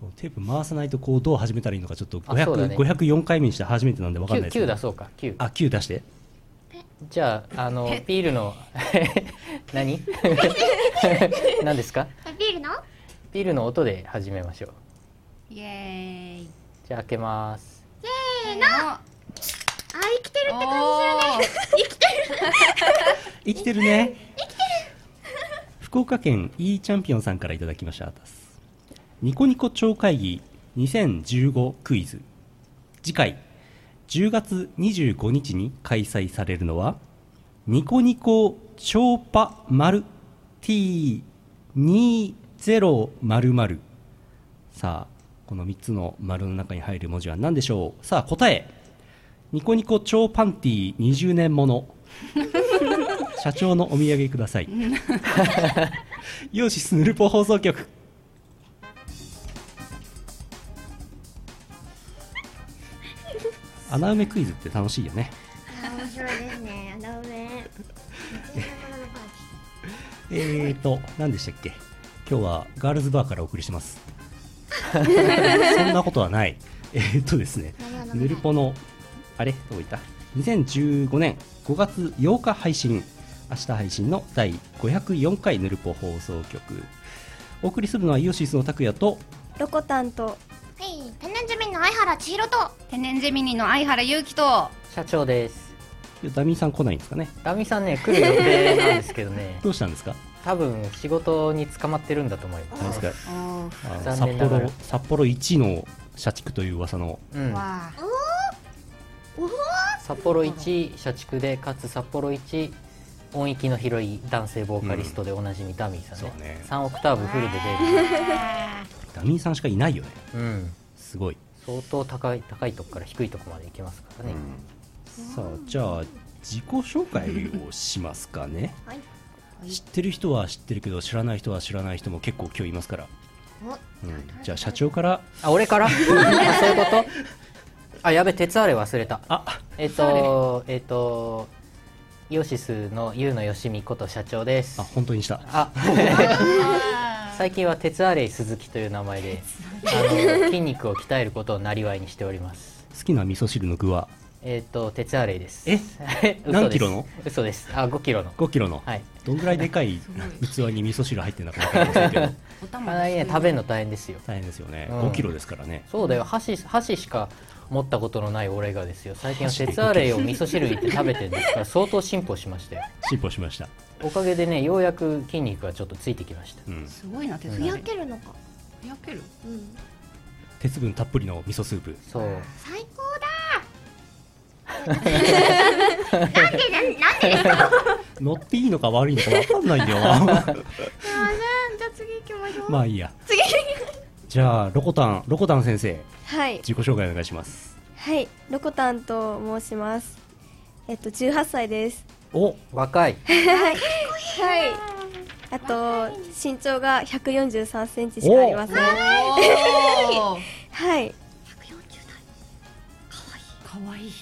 こうテープ回さないとこうどう始めたらいいのかちょっとあそうだ500、ね504回目にして初めてなんで分かんないで9すけ九ど出そうか9あ9出してじゃああのビールの 何 何ですかあビールのビールの音で始めましょうイエーイじゃあ開けますせーのあ生きてるって感おー生きてるね福岡県 E チャンピオンさんからいただきましたニコニコ超会議2015クイズ次回10月25日に開催されるのはニコニコ超パ丸 T2000 さあこの3つの丸の中に入る文字は何でしょうさあ答えニコニコ超パンティ20年もの社長のお土産くださいイオシスヌルポ放送局穴埋めクイズって楽しいよね、じだね面白いですねあの ねえーと何でしたっけ今日はガールズバーからお送りしますそんなことはないえーっとですねヌルポのあれどういった2015年5月8日配信明日配信の第504回ヌルポ放送局お送りするのはイオシスの拓也とロコタンとはい天然住民の相原千尋と天然ゼミニの相原祐希と社長ですダミーさん来ないんですかねラミさんね来る予定なんですけ どねどうしたんですか多分仕事に捕まってるんだと思いなんまですすかおーあの残札念なが幌ら札幌一の社畜という噂のうんわー札幌一社畜でかつ札幌一音域の広い男性ボーカリストでおなじみダミーさんね,、そうね3オクターブフルで出る、ダミーさんしかいないよねうん、すごい、相当高い高いとこから低いとこまで行きますからね、さあじゃあ自己紹介をしますかねはい知ってる人は知ってるけど知らない人は知らない人も結構今日いますから、うん、じゃあ社長からあ俺から あそういうことあやべ鉄アレ忘れたあえっ、とえっ、とイオシスの優野よしみこと社長ですあ本当にした あ最近は鉄アレイ鈴木という名前であの筋肉を鍛えることをなりわいにしております好きな味噌汁の具はえっ、と鉄アレイですえ嘘です何キロの嘘ですあ5キロの5キロの、はいどんぐらいでかい器に味噌汁入ってるのか分かりませんけどおか玉なりね食べるの大変ですよ大変ですよね、うん5キロですからねそうだよ箸箸しか持ったことのない俺がですよ最近は鉄アレイを味噌汁に入れて食べてるんですから相当進歩しましたよ進歩しました、おかげでねようやく筋肉がちょっとついてきましたうん、すごいな手う伝んいふふややけるのかけるうん鉄分たっぷりの味噌スープそう最高 だなんでなんなんでですか乗っていいのか悪いのか分かんないんだよなすいませんじゃあ次行きましょうまあいいや次じゃあロコタンロコタン先生はい自己紹介お願いしますはいロコタンと申しますえっと18歳ですお若いはいあと身長が143センチしかありませんおーはいかわいい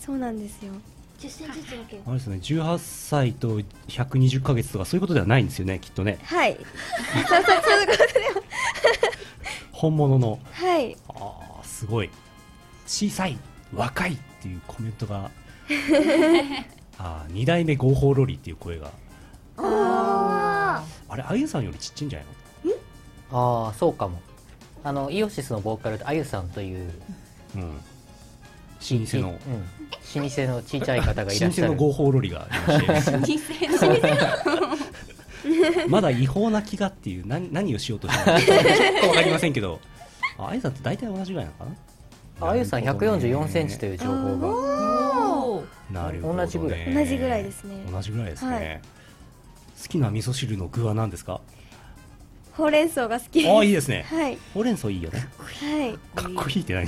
そうなんですよ10センチずつ分けようあれですね18歳と120ヶ月とかそういうことではないんですよねきっとねはい本物のはいあーすごい小さい若いっていうコメントがあー二代目合法ロリっていう声がああれあゆさんよりちっちゃいんじゃないのああそうかもあのイオシスのボーカルであゆさんといううん老舗のうん、老舗のちいちゃい方がいら老っし舗ゃのる合法ロリがいらっしゃいますまだ違法な気がっていう何何をしようとしてるのかちょっとわかりませんけどああゆさんって大体同じぐらいなのかなあゆさん1 4 4ンチといういう情報がおーなるほど、ね、同じぐらい同じぐらいですね同じぐらいですね、はい好きな味噌汁の具は何ですかほうれん草が好きですああいいですねはいほうれん草いいよねはいかっこいいって何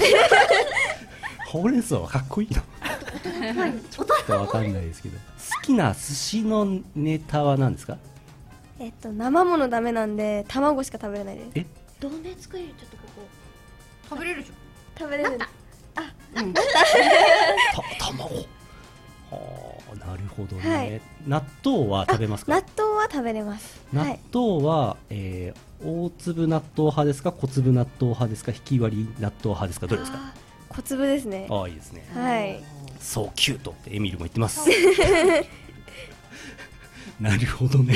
ほうれん草はかっこいいのちょっとわかんないですけど好きな寿司のネタは何ですかえっと生ものダメなんで卵しか食べれないですー同盟作れるちょっとここ食べれるじ食べれるた卵はあななるほどね、はい納豆は食べます納か豆は食べれます。は納い。豆は、えー大粒納豆派ですか小粒納豆派ですか引き割り納豆派ですかどれですかあー小粒ですね。ああいいですねはい。そうキュートってエミルも言ってます なるほど ね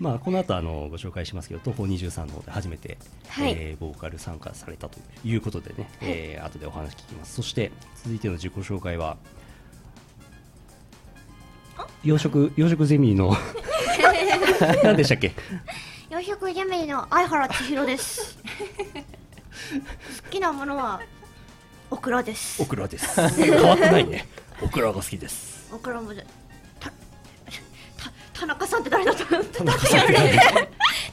まあこの後あのご紹介しますけど東方23の方で初めて、はいえーボーカル参加されたということでね、えー後でお話聞きますそして続いての自己紹介は養殖養殖ゼミの 何でしたっけ洋食ジャミーの相原千尋 です。好きなものはオクラですオ。クラです変わってないねオクラが好きですオクラもじゃたた田中さんって誰だと思った田中さんって何ですか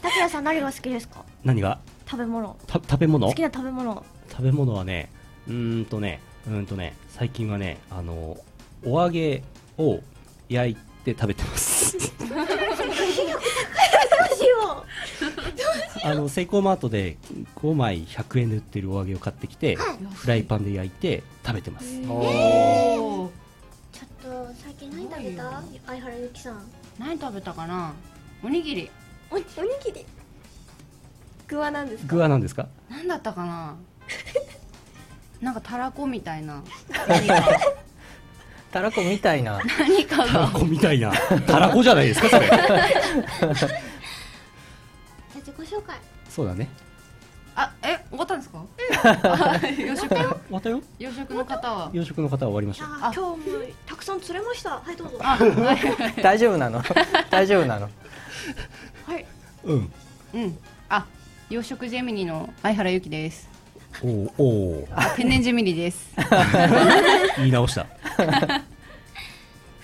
拓也さん何が好きですか？何が食べ物。た食べ物好きな食べ物。食べ物はねうーんとねうーんとね最近はねあのお揚げを焼いて食べてます どうしよあのセイコーマートで5枚100円で売ってるお揚げを買ってきてフライパンで焼いて食べてますおーう。ちょっと最近何食べた？相原ゆきさん。何食べたかなおにぎりおおにぎり。具は何ですか。具は何ですか何だったかななんかたらこみたいなたらこみたいな何かたらがこみたいなたらこじゃないですかそれじゃあ自己紹介。そうだねあえ終わったんですか洋食終わったよ洋食の方は洋食の方は終わりましたあ今日もたくさん釣れました。はいどうぞ。あはい大丈夫なの大丈夫なのはいうんうんあ洋食ジェミニの相原由紀ですおーおーあ天然ジェミニです言い直した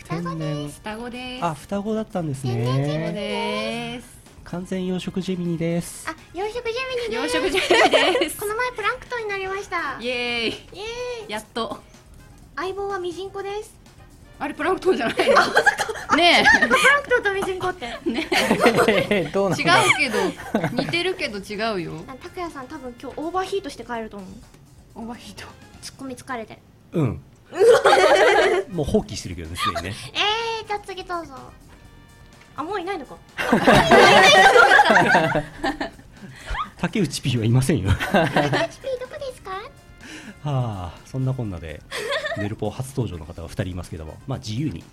天然 双子ですあ双子だったんです双子ねです完全養殖ジェミニですあ洋食ジェミニ洋です。食ジェミニですこの前プランクトンになりました。イイエエーイーイ。やっと相棒はミジンコです。あれプランクトンじゃないのねプランクトンとミジンコって。えねどうえなん違だうけど似てるけど違うよたくやさん多分今日オーバーヒートして帰ると思う。おばひとツッコミ疲れて。 うん。もう放棄してるけどね、すでにね。えー、じゃあ次どうぞ。あもういないのか。竹内 P はいませんよ。は HP どこですか？あ、そんなこんな で、ネルポ初登場の方が2人いますけども、まあ自由に、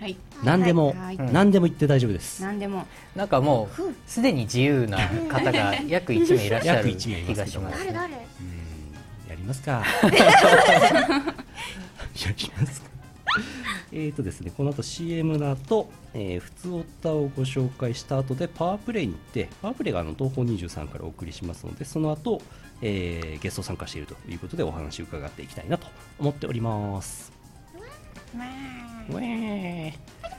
はい何でも、はい何でも言って大丈夫です。何でもなんかもうすでに自由な方が約1名いらっしゃ約る一名い気ますがけしどもま誰すね誰？うん、やりますか。やりますか。えーとですね、この後 CM の後、えー、普通オタをご紹介した後でパワープレイに行ってパワープレイがあの東方23からお送りしますのでその後、えー、ゲスト参加しているということでお話を伺っていきたいなと思っております。ウェーパ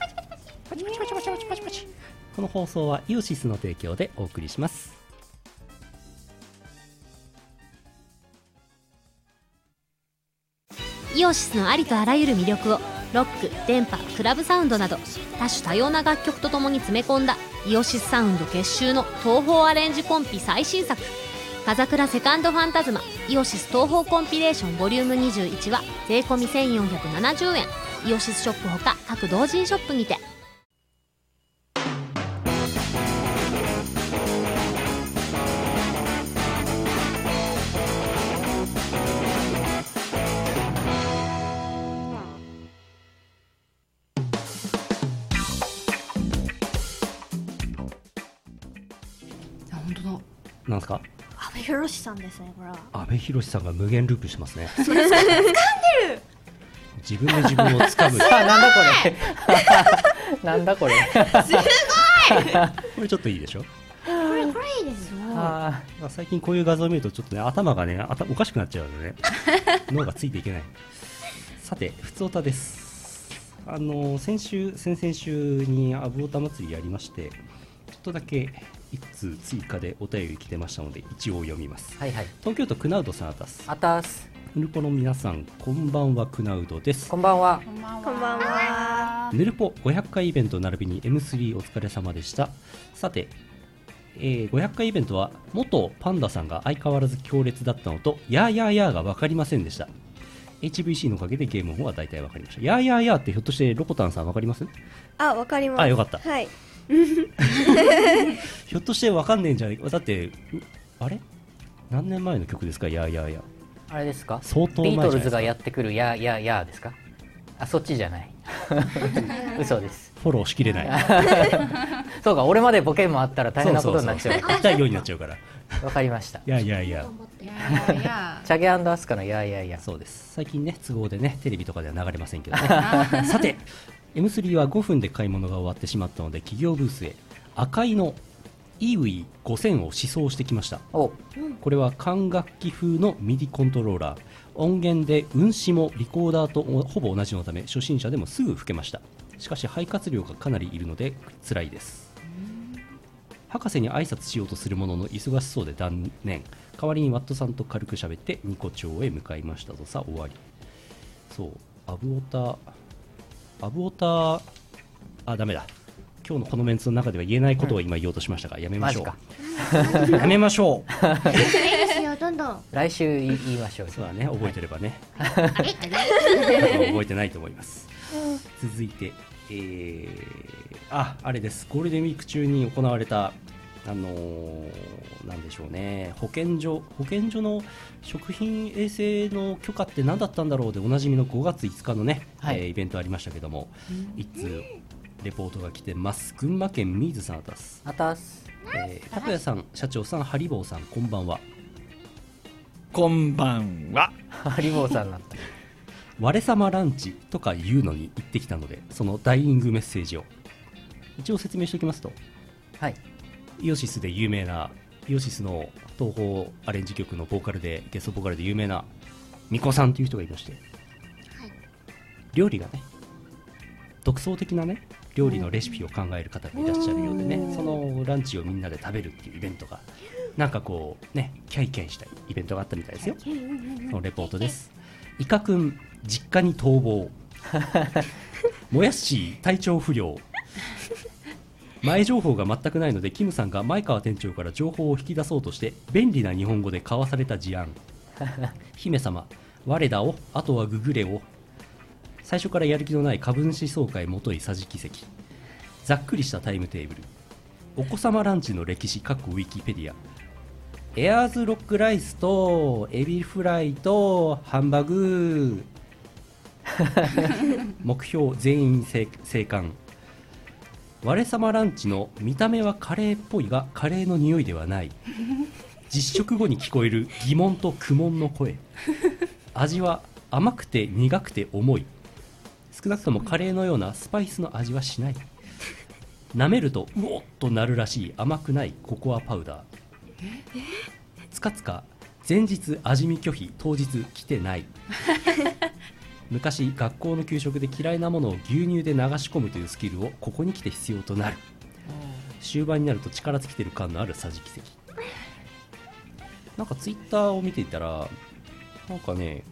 チパチパチパチパチパチパチこの放送はイオシスの提供でお送りします。イオシスのありとあらゆる魅力をロック電波クラブサウンドなど多種多様な楽曲とともに詰め込んだイオシスサウンド結集の東宝アレンジコンピ最新作「風倉セカンドファンタズマイオシス東宝コンピレーションボリューム21は税込み1470円イオシスショップほか各同人ショップにてあ本当だなんですか阿部寛さんですねこれは。阿部寛さんが無限ループして ますね。掴んでる自分で自分を掴む。あなんだこれ なんだこれ これちょっといいでしょこれこれいいですよ。あまあ最近こういう画像を見るとちょっとね、頭がね、あたおかしくなっちゃうので ね。脳がついていけない。さて、ふつおたです。あの、先週、先々週にアブオタ祭りやりまして、ちょっとだけ一通追加でお便り来てましたので、一応読みますー。はいはい東京都クナウドさんあたす。あたすヌルポの皆さん、こんばんは、クナウドです。こんばんはこんばんはこんばんは。ヌルポ500回イベント並びに M3 お疲れ様でしたさて、えー500回イベントは元パンダさんが相変わらず強烈だったのとやーやーやーが分かりませんでした HVC のおかげでゲームの方は大体わかりました。やーやーやーってひょっとしてロコタンさんわかりますあ、わかります。あよかったはい。ひょっとしてわかんねえんじゃないか。だって、うあれ何年前の曲ですかやーやーやー。あれですか相当前じビゃーないですかトルズがやってくるやーやーやーですかあそっちじゃ ない嘘ですフォローしきれない。そうか俺までボケもあったら大変なことになっちそゃうそうそう第4位になっちゃうから。うわかりましたいやいやいや。いやーいやチャゲアスカのやーやーやーそうです。最近ね、都合でね、テレビとかでは流れませんけ どね。さて、M3 は5分で買い物が終わってしまったので、企業ブースへ、赤いのイーウィ5000を試奏してきました。おこれは管楽器風のミディコントローラー。音源で運指もリコーダーとほぼ同じのため、初心者でもすぐ吹けました。しかし、肺活量がかなりいるので、辛いです。博士に挨拶しようとするものの忙しそうで断念代わりにワットさんと軽く喋ってニコ町へ向かいましたとさ終わりそうアブオタアブオタあダメだ今日のこのメンツの中では言えないことを今言おうとしましたが、やめましょマうやめましょういいですよ、どんどん。来週い言いましょうそうだね覚えてれば ねあれってね。覚えてないと思います続いて、えー、ああれですゴールデンウィーク中に行われたあのーなんでしょうね保健所保健所の食品衛生の許可って何だったんだろうでおなじみの5月5日のね、はいえーイベントありましたけども一通レポートが来てます群馬県水さんあたすあ たすえー、拓也さん社長さんハリボーさんこんばんはこんばんは。ハリボーさんだった我様ランチとか言うのに行ってきたのでそのダイイングメッセージを一応説明しておきますとはいイオシスで有名なイオシスの東宝アレンジ曲のボーカルでゲストボーカルで有名なミコさんという人がいまして、料理がね独創的なね料理のレシピを考える方がいらっしゃるようでねそのランチをみんなで食べるっていうイベントがなんかこうねキャイキャイしたイベントがあったみたいですよそのレポートですイカくん実家に逃 亡もやっしー体調不良前情報が全くないのでキムさんが前川店長から情報を引き出そうとして便利な日本語で交わされた事案姫様我らをあとはググれを最初からやる気のない株主総会元井桟敷席ざっくりしたタイムテーブルお子様ランチの歴史かっこウィキペディアエアーズロックライスとエビフライとハンバーグ目標全員生生還我様ランチの見た目はカレーっぽいがカレーの匂いではない実食後に聞こえる疑問と苦悶の声味は甘くて苦くて重い少なくともカレーのようなスパイスの味はしない舐めるとうおっとなるらしい甘くないココアパウダーつかつか前日味見拒否当日来てない昔学校の給食で嫌いなものを牛乳で流し込むというスキルをここに来て必要となる終盤になると力尽きてる感のある桟敷席なんかツイッターを見ていたらなんかね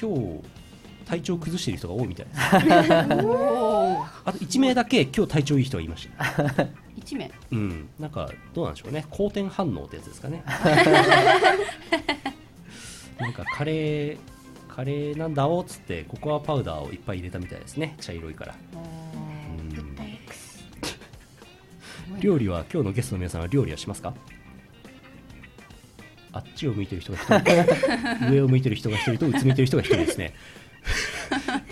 今日体調崩してる人が多いみたいですーおーあと1名だけ今日体調いい人がいました一名うん、なんかどうなんでしょうね好転反応ってやつですかねなんかカレーカレーなんだおっつってココアパウダーをいっぱい入れたみたいですね茶色いからうん料理は今日のゲストの皆さんは料理はしますかあっちを向いてる人が1人上を向いてる人が1人とうつむいてる人が1人ですね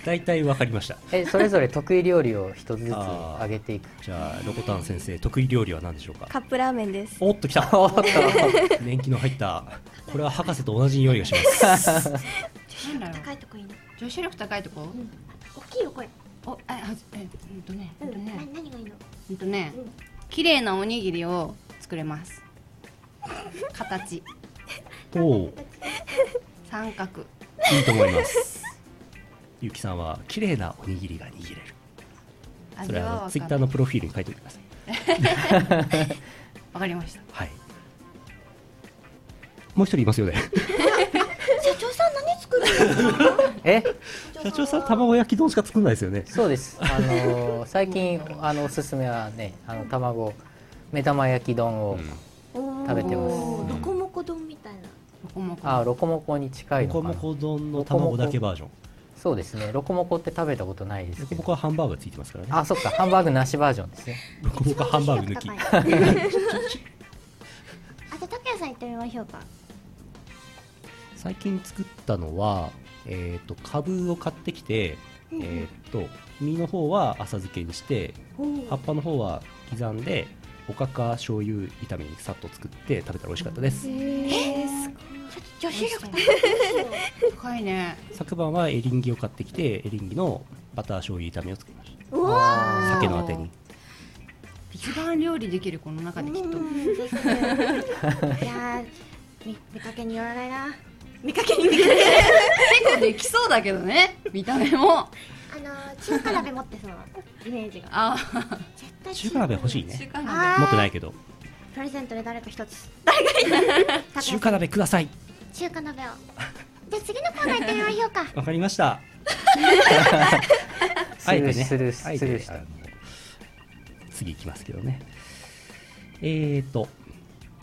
大体わかりましたえそれぞれ得意料理を一つずつ上げていくじゃあロコタン先生得意料理は何でしょうかカップラーメンです。おっと来 たおっと年季の入ったこれは博士と同じ匂いがしますなんだろう高いとこいいな。女子力高いとこ大きいよ、これ。おあはじえうんとねううんとん。なね何がいいのうんとねうん綺麗なおにぎりを作れます形おお三角いいと思いますゆきさんは綺麗なおにぎりが握れるそ味れははわツイかッんタなーいのプロフィールに書いておいてくださいわかりましたはいもう一人いますよね社長さん何作るえ社長さん卵焼き丼しか作んないですよねそうですあのー最近あのおすすめはねあの卵目玉焼き丼をうんの食べてますおーロコモコ丼みたいな。ロコモコあロコモコに近いロのかコなモコ丼の卵だけバージョンそうですねロコモコって食べたことないでロすコけモどコはハンバーグついてますからねあそっかハンバーグなしバージョンですねロコモコはハンバーグ抜き あじゃあ拓也さん行ってみましょうか最近作ったのは、えー、と株を買ってきて、えー、と実の方は浅漬けにして葉っぱの方は刻んでおかか醤油炒めにさっと作って食べたら美味しかったです女子力高いね昨晩はエリンギを買ってきてエリンギのバター醤油炒めを作りましたうわ酒のあてに一番料理できるこの中できっといやーみ見かけによらないな結構できそうだけどね見た目もあのー中華鍋持ってそうイメージがあ絶対中華鍋欲しいー中ね華鍋あ持ってーないけどプレゼントで誰か一つ中華鍋ください中華鍋をじゃあ次のコーナー行ってみましょうかわかりましたスあえルてーねスルーあスえルーてしあたの次行きますけどねえーと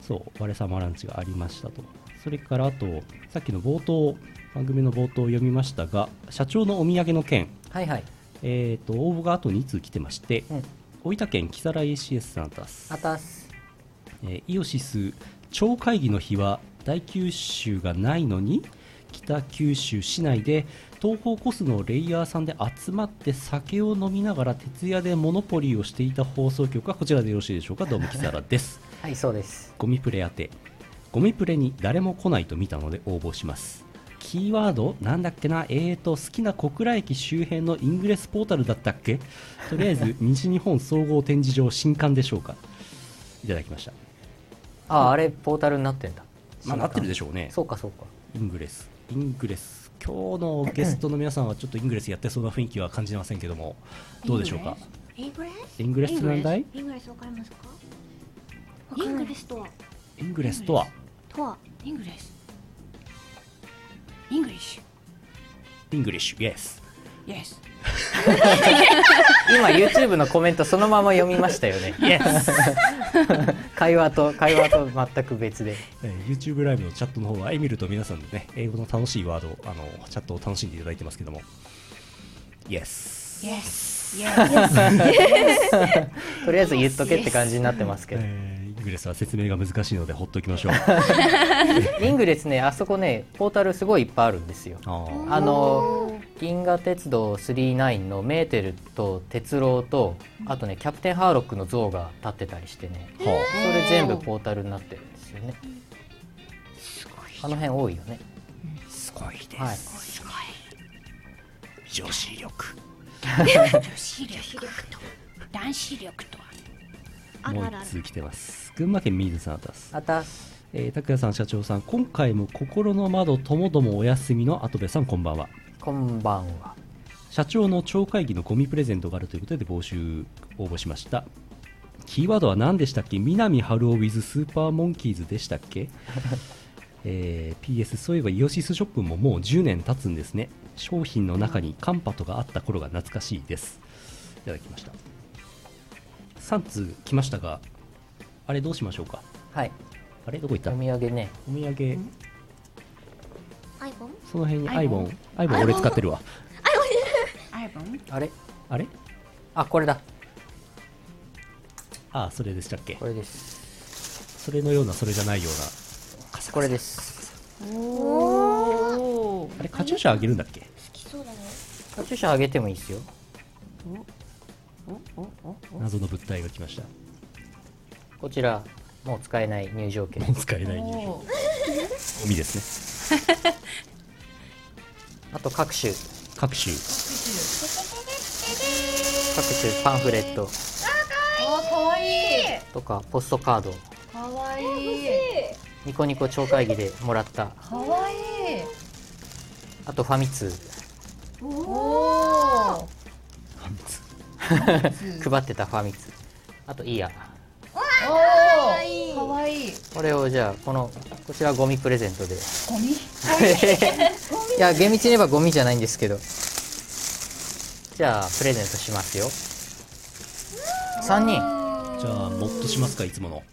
そう我様ランチがありましたとそれからあとさっきの冒頭番組の冒頭を読みましたが社長のお土産の件はいはいえーと応募があと2通来てまして、うん大分県木更井 CS さんたすあたすえーイオシス超会議の日は大九州がないのに北九州市内で東方コスのレイヤーさんで集まって酒を飲みながら徹夜でモノポリーをしていた放送局はこちらでよろしいでしょうかどうも木更ですはいそうですゴミプレ宛てゴミプレに誰も来ないと見たので応募しますキーワードなんだっけなえーと好きな小倉駅周辺のイングレスポータルだったっけとりあえず西日本総合展示場新刊でしょうかいただきましたああれポータルになってんだまあなってるでしょうねそうかそうかイングレスイングレス今日のゲストの皆さんはちょっとイングレスやってそうな雰囲気は感じませんけどもどうでしょうかイングレイングレスって何だいスイングレスわかりますかイングレスとはイングレスとはとはイングリッシュイングリッシイングリッシュイエスュイエス今 YouTube のコメントそのまま読みましたよね会話と会話と全く別で えー YouTube ライブのチャットの方はエミルと皆さんでね英語の楽しいワードをあのチャットを楽しんでいただいてますけどもイエスイエスイエとりあえず言っとけって感じになってますけどえーイングレスは説明が難しいのでほっときましょうイングレスねあそこねポータルすごいいっぱいあるんですよあーあの銀河鉄道999のメーテルと鉄郎とあとねキャプテンハーロックの像が立ってたりしてねそはれ全部ポータルになってるんですよねあの辺多いよねあすごいです、はい女子力ス女子力と男子力とはあもるうあるあ一通る来てます群馬県水さんですあたえー、拓也さん社長さん今回も心の窓ともどもお休みの後部さんこんばんはこんばんは社長の超会議のゴミプレゼントがあるということで募集応募しましたキーワードは何でしたっけ南春夫 with スーパーモンキーズでしたっけえー PS そういえばイオシスショップももう10年経つんですね商品の中にカンパとがあった頃が懐かしいですいただきました3通来ましたがあれどうしましょうかはいあれどこ行っおた土お土産ね産アイコンその辺にアアイイボボンン、アイボン俺使ってるわ。アイボンあれあれあこれだああ、それでしたっけこれですそれのような、それじゃないようこれですおおな。あれ、カチューシャあげるんだっけ好きそうだねカチューシャあげてもいいですよ謎の物体が来ました。こちらもう使えない入場券もう使えないゴミですね。あと各種各種、各種パンフレットかわいいとかポストカードかわいいニコニコ超会議でもらったかわいいあとファミ通おフおァミツ配ってたファミ通あといいやかわいいかわいいこれをじゃあこのこちらゴミプレゼントでゴミいや厳密に言えばゴミじゃないんですけどじゃあプレゼントしますよ3人じゃあ、もっとしますか、いつもの。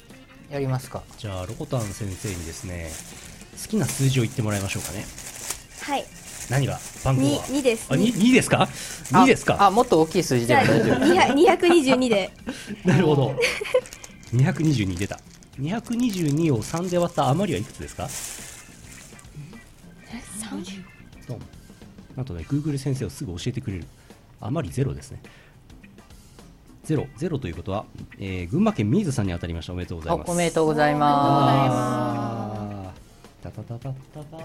やりますかじゃあ、ロコタン先生にですね、好きな数字を言ってもらいましょうかねはい何が番号には二ですあに2ですかあ2ですあかもっと大きい数字じでゃあも大丈夫222で なるほ ど222出た222を3で割った余りはいくつですかどうもなんとね Google 先生をすぐ教えてくれる余りゼロですねゼロゼロということは、えー群馬県水さんに当たりましたおめでとうございますおめでとうございまあータタタタタタ口で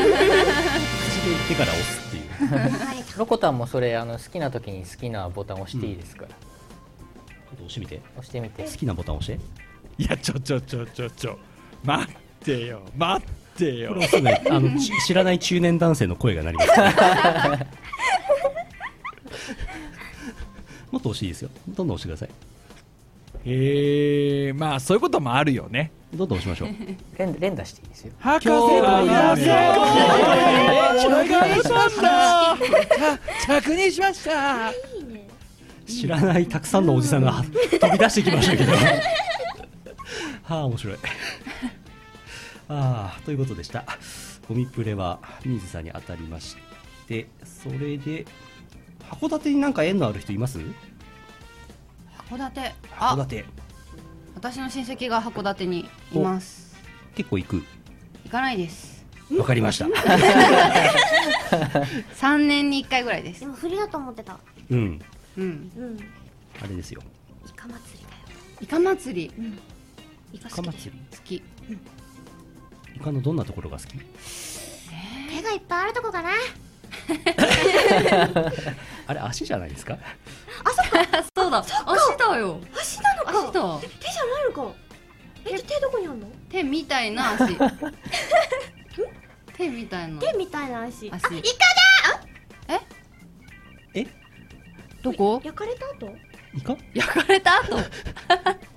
言ってから押すっていうすロコタンもそれあの好きな時に好きなボタン押していいですから、ちょっと押してみて押してみて好きなボタン押していや、ちょちょちょちょちょ、待ってよ、待ってこよれ。はすぐあのち知らない中年男性の声が鳴ります、ね、もっと押していいですよどんどん押してくださいえー、まあそういうこともあるよね。どんどん押しましょう連連打していいですよ博士はやめろ。お願いしました。確認しました。知らないたくさんのおじさんが飛び出してきましたけどはあ面白いああということでしたゴミプレは水さんに当たりましてそれで函館になんか縁のある人います函館函あ館私の親戚が函館にいます結構行く行かないですわかりました3年に1回ぐらいですでも振りだと思ってたうんうんうんあれですよイカ祭りだよイカ祭りイカか好きまだつより好きイカのどんなところが好き手がいっぱいあるとこかなあれ足じゃないですかそうだ足だよ足なのか手足だじゃないのかえ手どこにあるの手みたいな 足手みたいな手みたいな足足あイカどこ焼かれた後イカ焼かれた後こ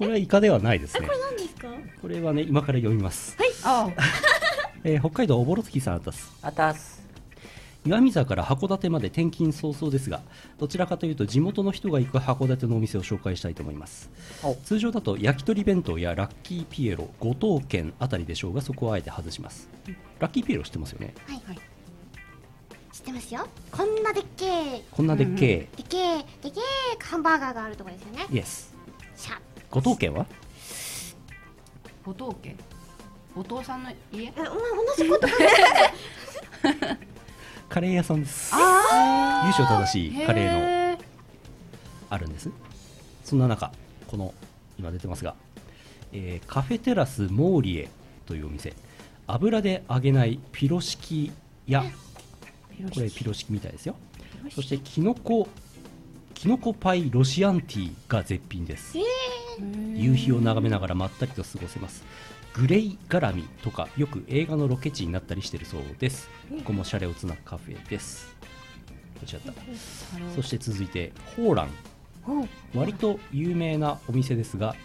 れはイカではないですね何ですかこれはね今から読みます、あえー北海道おぼろ月さんあたすあたす岩見沢から函館まで転勤早々ですがどちらかというと地元の人が行く函館のお店を紹介したいと思いますお通常だと焼き鳥弁当やラッキーピエロ五島県あたりでしょうがそこはあえて外しますラッキーピエロ知ってますよねはいはい知ってますよこんなでっけえこんなでっけえ、でっけえでっけえハンバーガーがあるとこですよねイエスシャッ五島県は後藤家お父さんの家えお前同じこと考カレー屋さんですあ由緒正しいカレーのーのあるんですそんな中この今出てますが、えーカフェテラスモーリエというお店油で揚げないピロシキやこれピロシキみたいですよそしてキノコキノコパイロシアンティーが絶品です夕日を眺めながらまったりと過ごせますグレイ絡みとかよく映画のロケ地になったりしてるそうですここもシャレオツなカフェですどっちだったそして続いてホーラン割と有名なお店ですが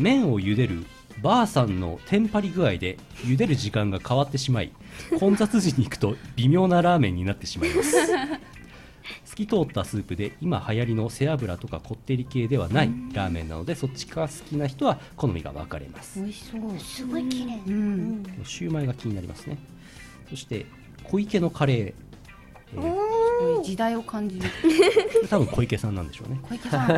麺を茹でるばあさんのテンパり具合で茹でる時間が変わってしまい混雑時に行くと微妙なラーメンになってしまいます透き通ったスープで今流行りの背脂とかこってり系ではないラーメンなのでそっちが好きな人は好みが分かれます美味しそうえすごい綺麗うんうんシューマイが気になりますねそして小池のカレー、えーこれ時代を感じる多分小池さんなんでしょうね小池さん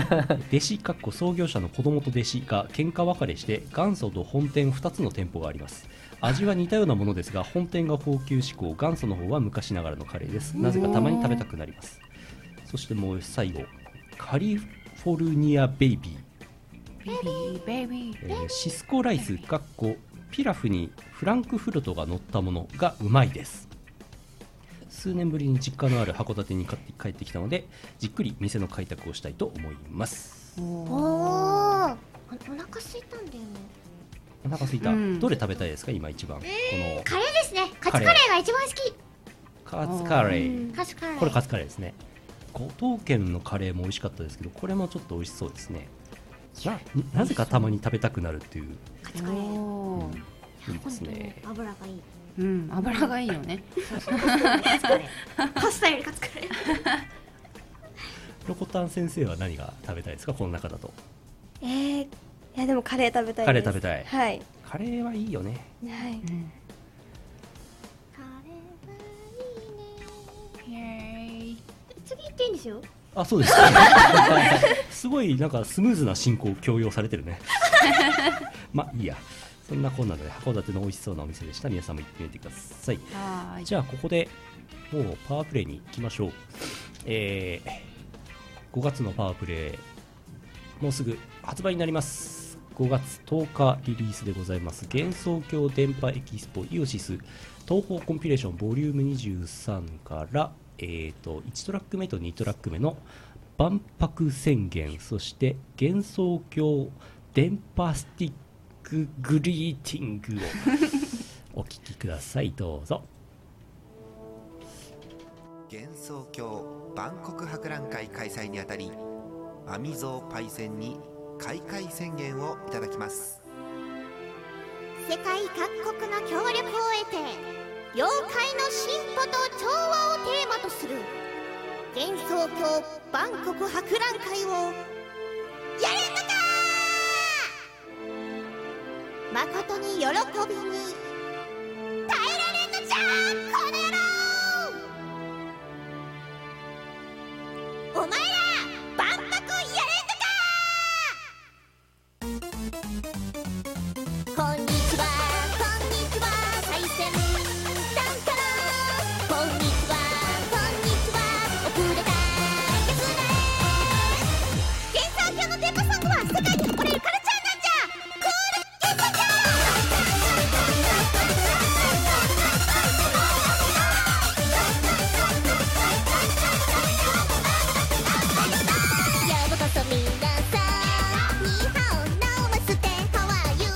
弟子かっこ創業者の子供と弟子が喧嘩別れして元祖と本店2つの店舗があります味は似たようなものですが本店が高級志向元祖の方は昔ながらのカレーですなぜかたまに食べたくなりますそしてもう最後カリフォルニアベイビーベビーベビーえーシスコライスかっこピラフにフランクフルトが乗ったものがうまいです数年ぶりに実家のある函館に帰って帰ってきたのでじっくり店の開拓をしたいと思いますおおおーーお腹空いたんだよねお腹すいた、うんどれ食べたいですか今一番このカレーですねカツカカレーレーが一番好きカツカレーカツカレーこれカツカレーですね五島県のカレーも美味しかったですけどこれもちょっと美味しそうですねななぜかたまに食べたくなるっていうカツカレーおーいいですね本当に油がいいうん油がいいよねカツカレーパスタよりカツカレーロコタン先生は何が食べたいですかこの中だとえー、いやでもカレー食べたいですカレー食べたいはい、カレーはいいよねはい、次行っていいんですよ。あそうですすごいなんかスムーズな進行を強要されてるねまあいいやそんなこんなで函館の美味しそうなお店でした皆さんも行ってみてくださいはーいじゃあここでもうパワープレイに行きましょうえー5月のパワープレイもうすぐ発売になります5月10日リリースでございます幻想郷電波エキスポイオシス東宝コンピレーションボリューム23から、えー、と1トラック目と2トラック目の万博宣言そして幻想郷電波スティックグリーティングをお聞きくださいどうぞ幻想郷万国博覧会開催にあたりアミゾーパイセンに開会宣言をいただきます世界各国の協力を得て妖怪の進歩と調和をテーマとする幻想郷万国博覧会をやるのか誠に喜びに耐えられんのじゃこの野郎お前ら万博やれんのかこんにちは、こんにちは、最先端から。こんにちは、こんにちは、遅れた奴らへ。幻想郷の電波ソングは世界に誇れるカルチャーなんじゃ。クール幻想郷。ようこそみなさんニーハオナオマステハワイユゲイ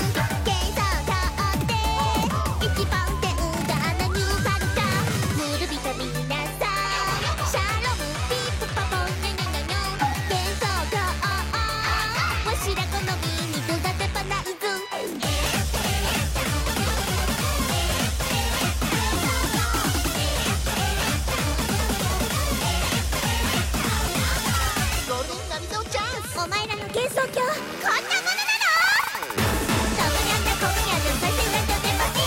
ザーカーで一番手だなニューカルチャーぬるびたみなさんシャロムピップパポンニャニャニャニョ幻想郷わしら好みに育てばないずゴールデンガミゾーチャンスお前らの幻想郷こんなものなのそこにあったここにあった最先端の電波人間幻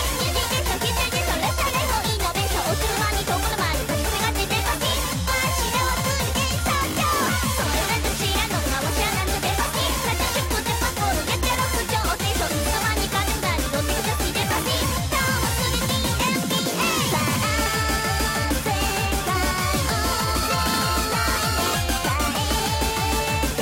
想現代でそれされもイノベーションお車にところまで先がって電波人わしらは無理幻想郷それだと知らんのかわしらなんて電波人さてチュップでパコールやってろ不調テンションいつの間にかで何乗ってください電波人どうもする DMPA さあ世界を狙いへ変え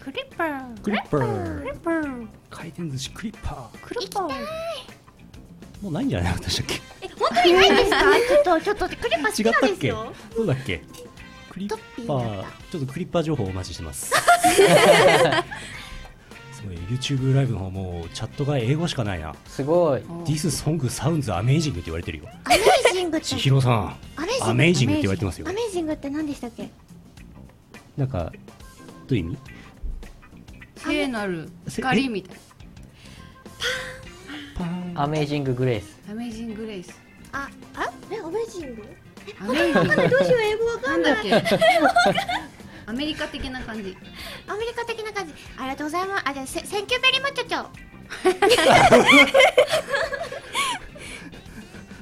クリッパークリッパー回転寿司クリッパーもうないんじゃないの私だっけえ本当にないんですかちょっとちょっとクリパ好き違っなたっんですけよどうだっけクリッパトッピーだーっちょっとクリッパー情報お待ちしてます すごい YouTube ライブの方もうチャットが英語しかないなすごい。 This song sounds amazing って言われてるよアメージングって千尋さんアアメメーージジンンググって言われてますよアメージングって何でしたっけなんかどういう意味聖なるせ光みたいアメージンググレース。なアメージングレイスあ、あえアメージングアメージングどうしよう英語わかなんんないだっ けアメリカ的な感じアメリカ的な感じありがとうございますあじゃあセセンキューベリーマッチョチョ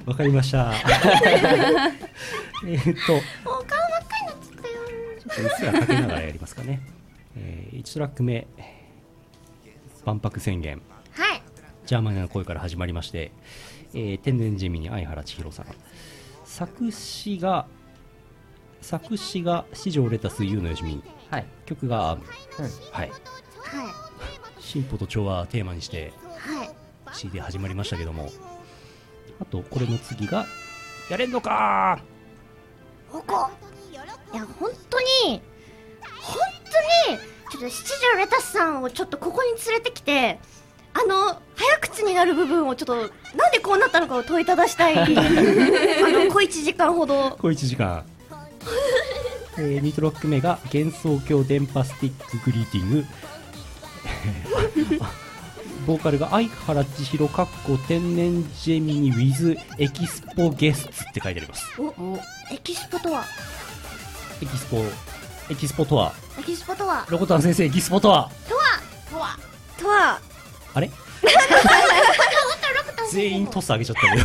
わかりました えーっともう顔真っ赤になっちゃっちたよょっと薄らかけながらやりますかね、えー、1トラック目万博宣言はいジャーマネの声から始まりまして、えー天然地味に相原千尋さん作詞が作詞が四条レタス優のよしみはい。曲が、うはんい、はい進歩と調和をテーマにしてはい CD 始まりましたけどもあとこれの次が「やれんのかここいや本当に本当にちょっと七条レタスさんをちょっとここに連れてきてあの早口になる部分をちょっとなんでこうなったのかを問いただ したいあの小一時間ほど小1時間えー、ニトロック目が幻想郷電波スティックグリーティング ボーカルが相原千尋かっこ天然ジェミニ with エキスポゲスツって書いてありますおエキスポとはエキスポエキスポとはエキスポとはロコタン先生エキスポとはとはあ れ全員トス上げちゃったね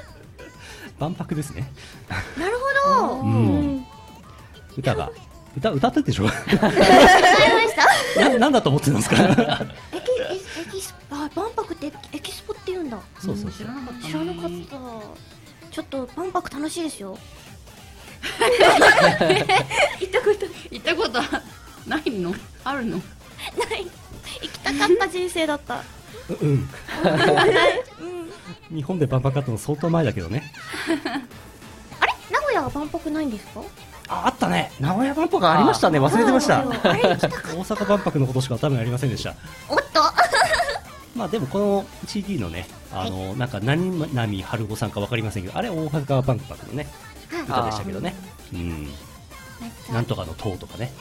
万博ですねなるほどうん歌が歌歌ってんでしょわかりましたななんだと思ってたんですかエキエキエキスあ万博ってエキスポって言うんだそうそうそうなかった知らなかったちょっと万博楽しいですよ行ったことないのあるのない行きたかった人生だ ったうん、日本で万博あったの相当前だけどねあれ名古屋は万博ないんですかああったね名古屋万博ありましたね忘れてましたあ 大あれ行きた阪万博のことしか多分ありませんでしたおっと まあでもこの CD のねあのなんか何波春子さんか分かりませんけどあれ大阪万博のね歌でしたけどねうんなんとかの塔とかね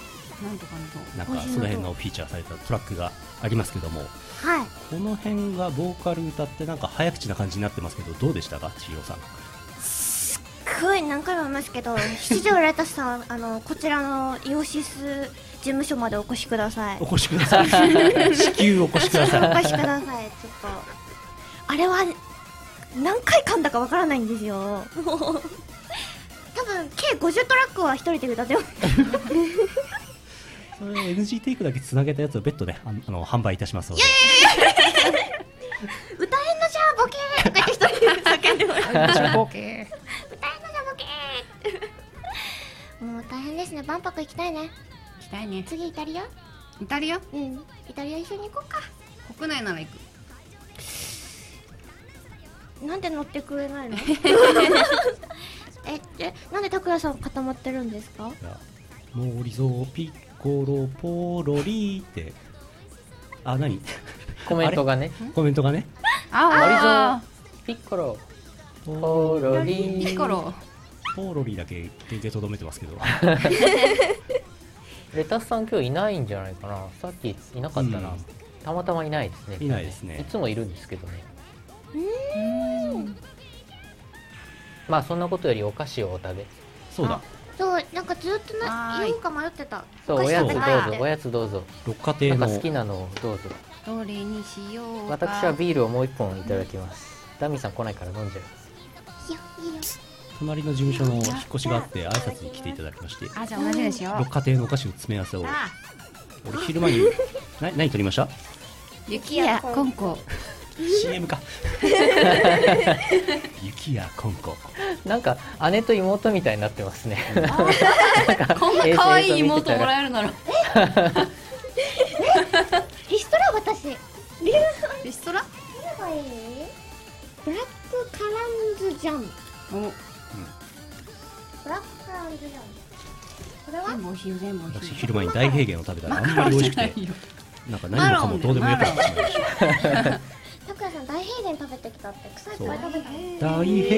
なんとかのとなんかその辺のフィーチャーされたトラックがありますけどもはいこの辺がボーカル歌ってなんか早口な感じになってますけどどうでしたか千尋さんすごい何回も言いますけど七条レタス さんあのこちらのイオシス事務所までお越しくださいお越しくださ い至急お越しくだおさい越しくださいちょっとあれは何回噛んだかわからないんですよ もう多分計50トラックは一人で歌ってますそれ NG テイクだけつなげたやつを別途ねああの販売いたしますので歌えんのじゃボケーとか言って一人で叫んでもらう歌えんのじゃボケーもう大変ですね万博行きたいね行きたいね次イタリアイタリアうんイタリア一緒に行こうか国内なら行くなんで乗ってくれないの ええなんで拓哉さん固まってるんですかいやモーリゾーピッコロポロリーってあ何 コメントがねコメントがねあピッコロポロリあピッコロポロリだけ限定とどめてますけ どレタスさん今日いないんじゃないかなさっきいなかったな、うんたまたまいないですねいないですねいつもいるんですけどねまあそんなことよりお菓子をお食べそうだそうなんかずっとはなーい言おうか迷ってたそうおやつどうあぞおやつどうぞ六花な亭んかの好きなのをどうぞどれにしようか私はビールをもう一本いただきますダミーさん来ないから飲んじゃう いいよいいよ隣の事務所の引っ越しがあって挨拶に来ていただきましてあじゃあ同じでしよう六花亭のお菓子の詰め合わせをあ俺昼間にな何取りま した雪やコンコ CM か雪やコンコなんか姉と妹みたい になってますね こんな可愛い妹もらえるならリストラ私リストラブラックカランズジャムおブラックカランズジャムこれ全部お昼全部お私昼昼間に大平原を食べたらあんまり美味しくて なんか何もかもどうでもよくなってしまいました拓哉さん大平原食べてきたって草いっぱい食べたの大平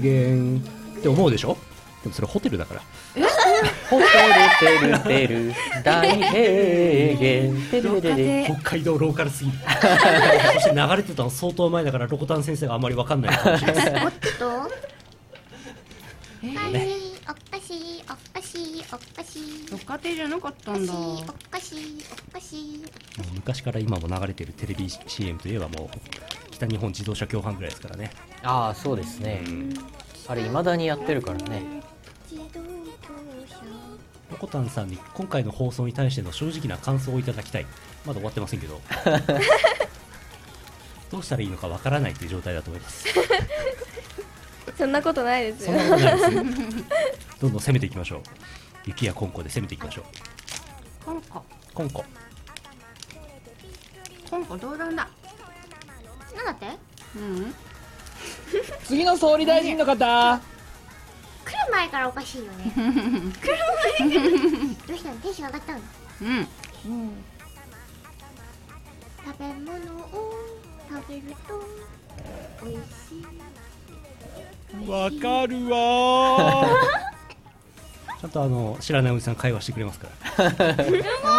原って思うでしょでもそれホテルだからホテルテルテル大平原 テルテルテ北海道ローカルすぎる そして流れてたの相当前だからロコタン先生があんまり分かんないかもしれないですおっとえおーかしいおかしいおかしいおかしい六花亭じゃなかったんだおかしいおかしいもう昔から今も流れてるテレビ CM といえばもう北日本自動車共犯ぐらいですからねああそうですね、あれ未だにやってるからね自動教車ロコタンさんに今回の放送に対しての正直な感想をいただきたいまだ終わってませんけ どどうしたらいいのか分からないという状態だと思いますそんなことないですそんなことない ですよどんどん攻めていきましょう雪やコンコで攻めていきましょうコンココンココンコ同段だなんだってうん次の総理大臣の方来る前からおかしいよね来る前からどうしたのテンション上がったのうん食べ物を食べると美味しいわかるわーちゃんとあの知らないおじさん会話してくれますから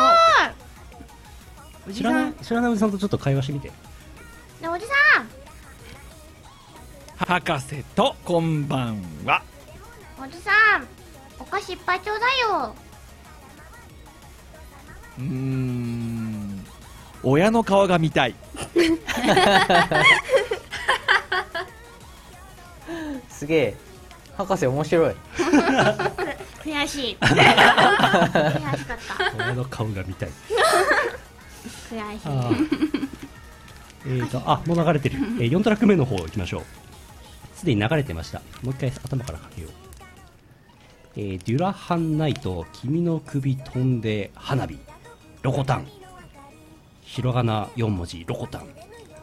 おじ知らなさいん知らないおじさんとちょっと会話してみてねおじさ博士とこんばんはんおじさんお菓子いっぱいちょうだいようーん親の顔が見たいすげえ博士面白い 悔しい悔しかった親の顔が見たい悔しいあーえーとあもう流れてる、え4トラック目の方行きましょうすでに流れてましたもう一回頭からかけよう、えーデュラハンナイト君の首飛んで花火ロコタンひらがな4文字ロコタン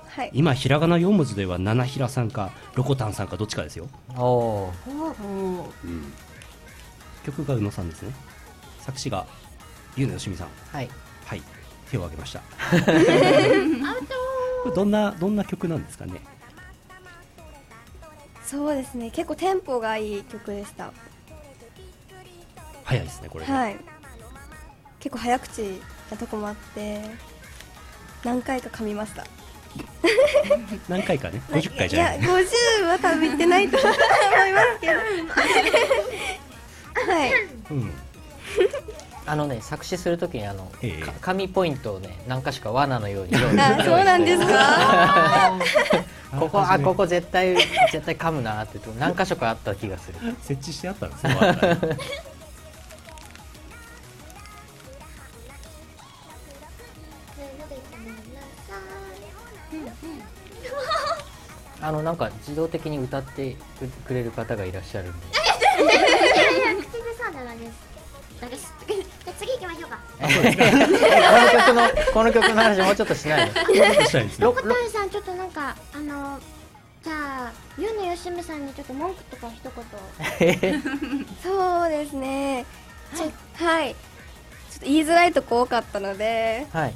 はい今ひらがな4文字では七平さんかロコタンさんかどっちかですよおおおー曲が宇野さんですね作詞がゆうのよしみさんはいはい手を挙げましたこれどんなどんな曲なんですかねそうですね結構テンポがいい曲でした早いですねこれね、はい結構早口なとこもあって何回か噛みました何回かね50回じゃないいや50は多分いってないと思い ます けどはいうんあのね作詞するときにあの、ええか紙ポイントをね何か所か罠のよう に用意あそうなんですかここあここ絶対絶対噛むなってと何箇所かあった気がする設置してあったんですね我 々あのなんか自動的に歌ってくくれる方がいらっしゃるんで口ずさんだなんですなんかしじゃあ次行きましょうか この曲のこの曲の話もうちょっとしないのしたいですねロコロタンさんちょっとなんかあのじゃあゆうのよしみさんにちょっと文句とか一言そうですねちょはいちょっと言いづらいとこ多かったのではい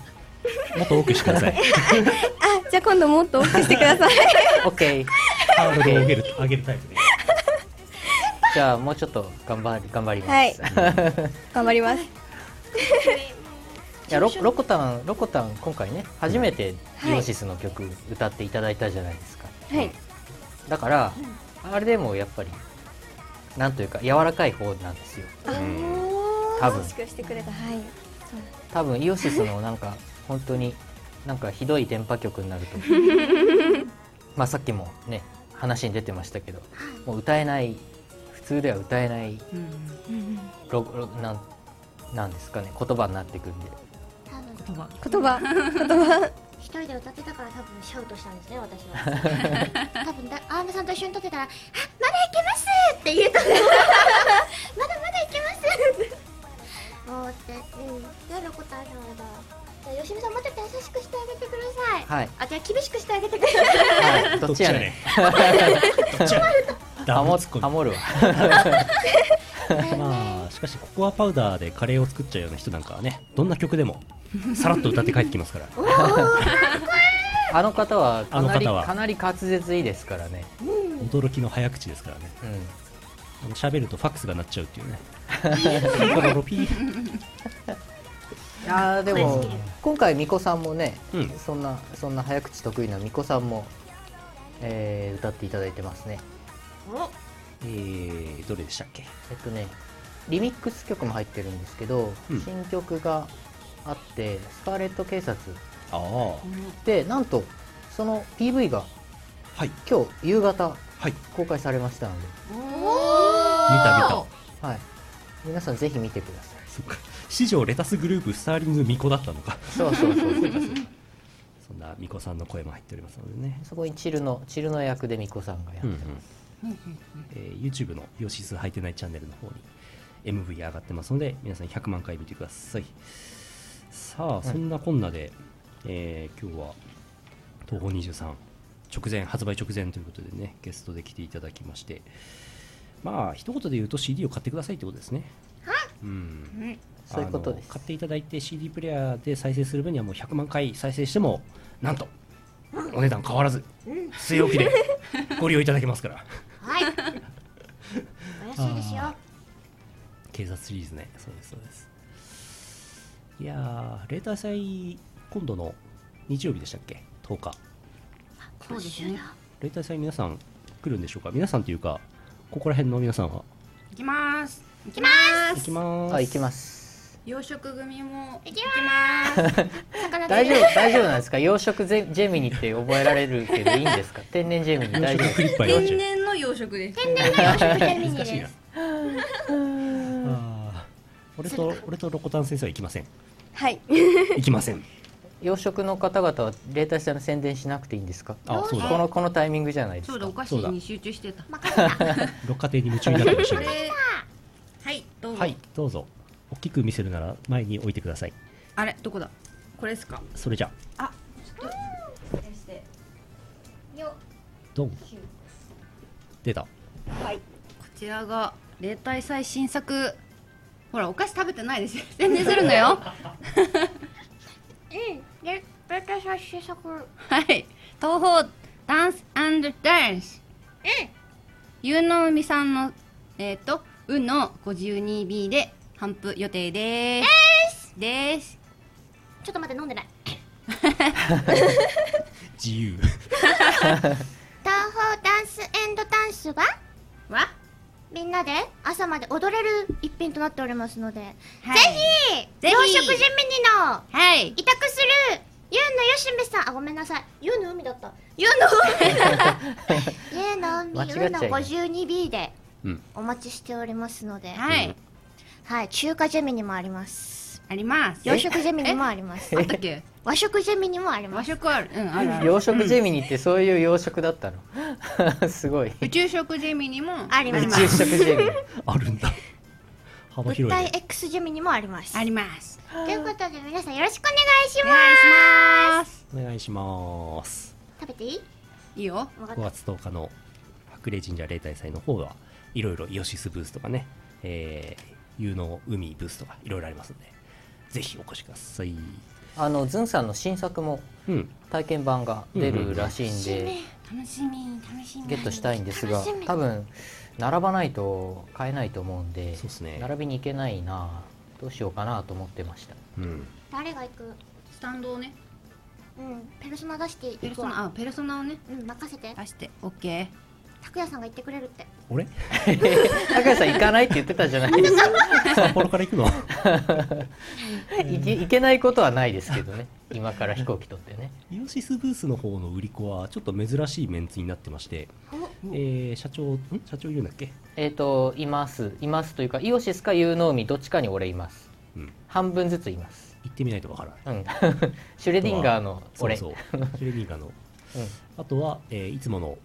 もっと多くしてくださいあじゃあ今度もっと多くしてください OK ハードルを上げる上げるタイプでじゃあもうちょっと頑張り頑張ります、はいい、頑張りますやロロコタンロコタン今回ね初めてイオシスの曲歌っていただいたじゃないですか、はいだから、あれでもやっぱりなんというか柔らかい方なんですよ多分優しくしてくれたはい多分イオシスのなんか本当になんかひどい電波局になると まあさっきもね話に出てましたけどもう歌えない普通では歌えないうんロロなんなんですかね言葉になってくんで多分言葉言葉一人で歌ってたから多分シャウトしたんですね私は多分だアームさんと一緒に撮ってたらあ「まだいけます!」って言うと思うまだまだいけますもうってうんやることあるのだじゃあよしみさんもうちょっと優しくしてあげてくださいはい、あじゃあ厳しくしてあげてください はい、どっちやねんどっちやねんダハブモツッコミハモるわ まあしかしココアパウダーでカレーを作っちゃうような人なんかはねどんな曲でもさらっと歌って帰ってきますからあの方はかなりあの方はかなり滑舌いいですからね驚きの早口ですからねうあの喋るとファックスが鳴っちゃうっていうねコロロピーんいやーでも今回巫女さんもね、うんそんなそんな早口得意な巫女さんも、えー歌っていただいてますねえー、どれでしたっけえっとねリミックス曲も入ってるんですけど、うん新曲があって「スカーレット警察ああ」でなんとその PV がはい今日夕方はい公開されましたので、見た見たはい、皆さんぜひ見てくださいそっか史上レタスグループスターリング巫女だったのかそうそうそうそうそんな巫女さんの声も入っておりますのでね、 そこにチルのチルの役で巫女さんがやってうんうまんす、えー YouTube の「ヨシスはいてないチャンネル」の方に MV 上がってますので皆さん100万回見てくださいさあそんなこんなで、えー今日は東宝23直前発売直前ということでねゲストで来ていただきましてまあ一言で言うと CD を買ってくださいってことですねうんうんそういうことであすの買っていただいて CD プレイヤーで再生する分にはもう100万回再生してもなんとお値段変わらず据え置きでご利用いただけますからはい。お安いですよあ。ー警察シリーズねそうですそうですいやー例大祭今度の日曜日でしたっけ10日そうですね例大祭皆さん来るんでしょうか皆さんというかここら辺の皆さんは行きます行きます行きまーすあ行きます養殖組も行きます大丈夫大丈夫なんですか 養殖ゼジェミニって覚えられるけどいいんですか天然ジェミニ大丈夫クリッパーやっ天ちゃう然の養殖です難しいなあー俺と俺とロコタン先生は行きませんはい行きません養殖の方々は例大祭の宣伝しなくていいんですかあそうこだのこのタイミングじゃないですそうかだお菓子に集中してた六花亭に夢中になってほしいこのれで はいどうぞはいどうぞ大きく見せるなら前に置いてくださいあれどこだこれですかそれじゃあよドン出たこちらが例大祭新作ほらお菓子食べてないですよ宣伝するのようん。で、大体最新作。うん。はい東宝ダンスダンス有能海さんのえっ、ー、と「う」の 52B で頒布予定ですですちょっと待って飲んでない。自由 東宝ダンスエンドダンスははみんなで朝まで踊れる一品となっておりますので、はいぜひぜひ養殖地味にのはい委託するゆうのよしべさんあごめんなさいゆうの海だったゆう間違っちゃいないの海ゆうの海ゆうの 52B でうんお待ちしておりますので、はい、はい、中華ジェミニもありますあります洋食ジェミニもありますあったっけ和食ジェミニもありま和す食あるうんあるある養殖ジェミニってそういう養殖だったの すごい宇宙食ジェミニもありま養す殖ジェミニあるんだ幅物広い体ね X ジェミニもありますありますということで皆さんよろしくお願いしおます願いしますお願いします食べていいいいよわかっ5た月10日の白麗神社例大祭の方はいろいろイオシスブースとかね、えー、有能海ブースとかいろいろありますのでぜひお越しくださいあのズンさんの新作もうん体験版が出るらしいんで、楽しみ楽しみゲットしたいんですが楽しみ多分並ばないと買えないと思うんでそうっすね並びに行けないなどうしようかなと思ってましたうん誰が行くスタンドをねうんペルソナ出してペいくルソわナあペルソナをねうん任せて出してオッケ拓也さんが言ってくれるっ て俺高橋さん行かないって言ってたじゃない ですか札幌から行くの行け行けないことはないですけどね今から飛行機取ってねイオシスブースの方の売り子はちょっと珍しいメンツになってまして、えー、社長ん社長いるんだっけえっ、といますいますというかイオシスか有能海どっちかに俺います、うん半分ずついます行ってみないとわからないうん シュレディンガーのそう俺そうシュレディンガーのうんあとは、えーいつもの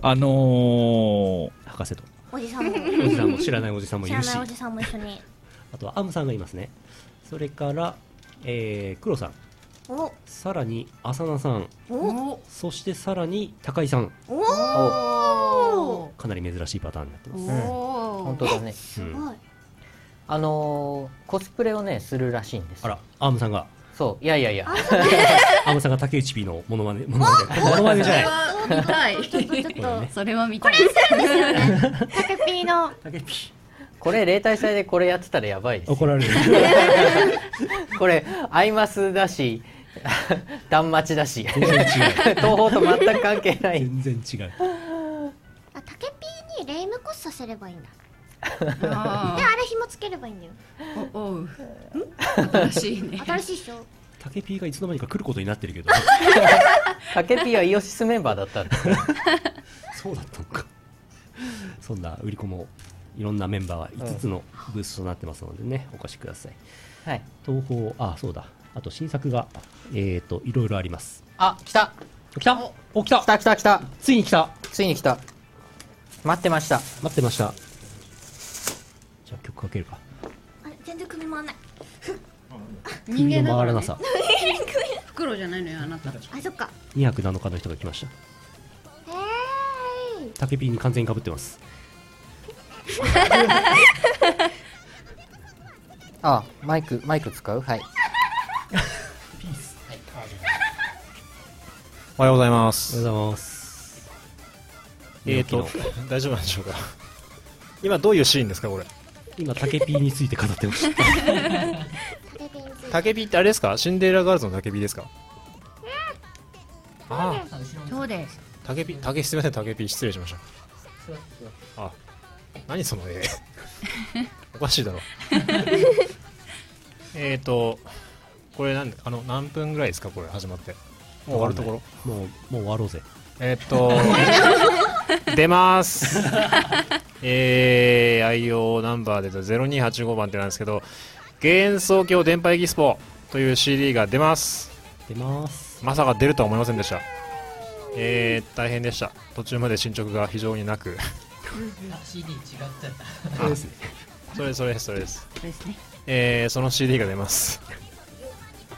あのー、博 士とおじさんもおじさんも知らないおじさんもい知らるしないおじさんも一緒にあとはアムさんがいますねそれから、えー、黒さんおさらに浅菜さんーおそしてさらに高井さんおおおかなり珍しいパターンになってます、本お当だねすごいあのーコスプレをねするらしいんですあらアームさんがそういやいやいやアームさんが竹内 P のモノマネモノ マネモノマネじゃない見 たいちょっとそれは見たいタケピーの竹 P これ例大祭でこれやってたらやばいですよ怒ら れるこれアイマスだし 断末だし 東宝と全く関係ない全然違うあタケピーにレイムコスさせればいいんだで ああれ紐つければいいんだよーおおう新しいね新しいっしょ竹 P がいつの間にか来ることになってるけどタケピーはイオシスメンバーだったんですねそうだったのかそんな売り子もいろんなメンバーは5つのブースとなってますのでねお越しくださいはい東宝あそうだあと新作がえっ、ー、といろいろありますあ来た来たお来た来た来た来たついに来たついに来た待ってました待ってましたじゃあ曲かけるかあれ全然組み回んない人間だの回かららなねさ袋じゃないのよあなたあそっか2泊7日の人が来ましたへーい竹ピーに完全にかぶってますあマイクマイク使うはいおはようございまおはす。ようございます。えっ、寝と起きの、 大丈夫なんでしょうか。今どういうシーンですか、これ。今、竹ピーについて語ってました。たけびってあれですかシンデレラガールズのたけびですかああ、そうですたけび、たけ、すみません、たけび、失礼しました。あ、何その絵。おかしいだろ。えっと、これなんで、あの、何分ぐらいですか、これ、始まって。もう終わるところ。もう、もう終わろうぜ。えーっと 出ますえー、愛用ナンバーで言うと0285番ってなんですけど幻想郷電波エキスポという CD が出ます出ます。まさか出るとは思いませんでしたえー、大変でした途中まで進捗が非常にな く CD 違っちゃったそれそれですそれですそうですねえー、その CD が出ます、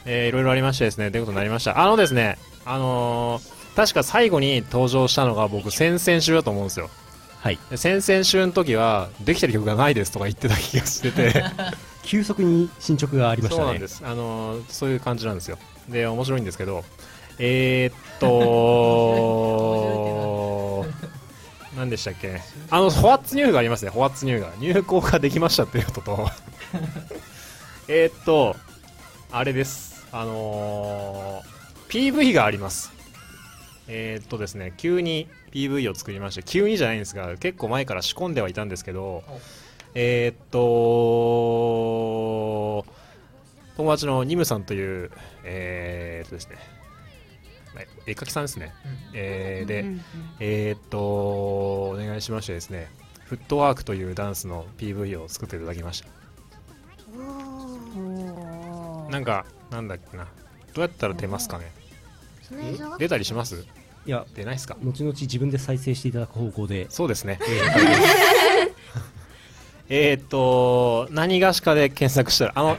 えー、いろいろありましてですねということになりましたあのですねあのー確か最後に登場したのが僕先々週だと思うんですよはい。で先々週の時はできてる曲がないですとか言ってた気がしてて急速に進捗がありましそうたなねんで。すあのーそういう感じなんですよで面白いんですけどえー、っと何でしたっけあのホワッツニューがありますねホワッツニューが入稿ができましたっていうこと とえーっとあれですあのー PV がありますえーっとですね急に PV を作りまして急にじゃないんですが結構前から仕込んではいたんですけどえーっと友達のニムさんというえーっとですねまあ絵描きさんですね、えーで、うんうんえーっとお願いしましてですねフットワークというダンスの PV を作っていただきましたなんかなんだっけなどうやったら出ますかね出たりしますいや、出ないですか後々自分で再生していただく方向で。そうですねえーっと何がしかで検索したらあの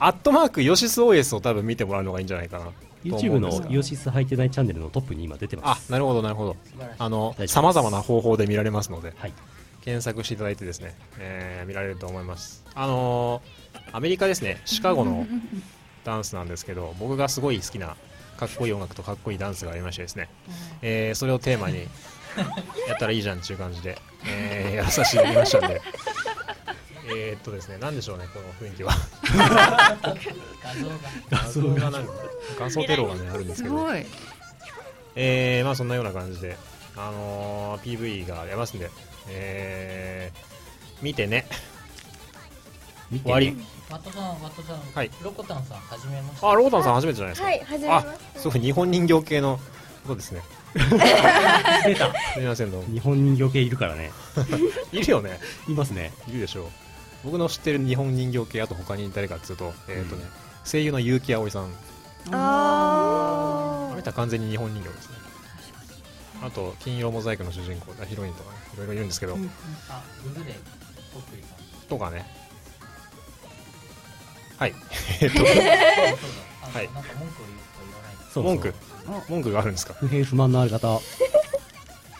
アットマークヨシス OS を多分見てもらうのがいいんじゃないかなと思 YouTube うんですのがイオシスはいてないチャンネルのトップに今出てまあす。なるほどなるほどあ大丈の夫ですさまざまな方法で見られますのではい。検索していただいてですね、えー見られると思いますあのーアメリカですねシカゴのダンスなんですけど僕がすごい好きなかっこいい音楽とかっこいいダンスがありましてですね、えーそれをテーマにやったらいいじゃんっていう感じで、えーやらさせていただきましたんでえーっとですね何でしょうねこの雰囲気は画像が画像がなんか画像テロがねあるんですすけどごいえー、まあそんなような感じで、あのー PV が出ますんで、えー、見てね、見て終わり。ワットさん、ワットさん、はいロコタンさん、はじめまして。あ、ロータンさん初めてじゃないですか。はい、はじめまあす。、すごい日本人形系のことですね。出たすみませんどうも。日本人形系いるからね。いるよね。いますね。いるでしょう。僕の知ってる日本人形系、あと他に誰かっつうと、えー、とね、声優の結城葵さん。ああの人は完全に日本人形ですね。あと、金曜モザイクの主人公、あヒロインとかね、いろいろいるんですけど、とかね。はい。えっと、はい。そうそう文句文句があるんですか不平不満のある方。いや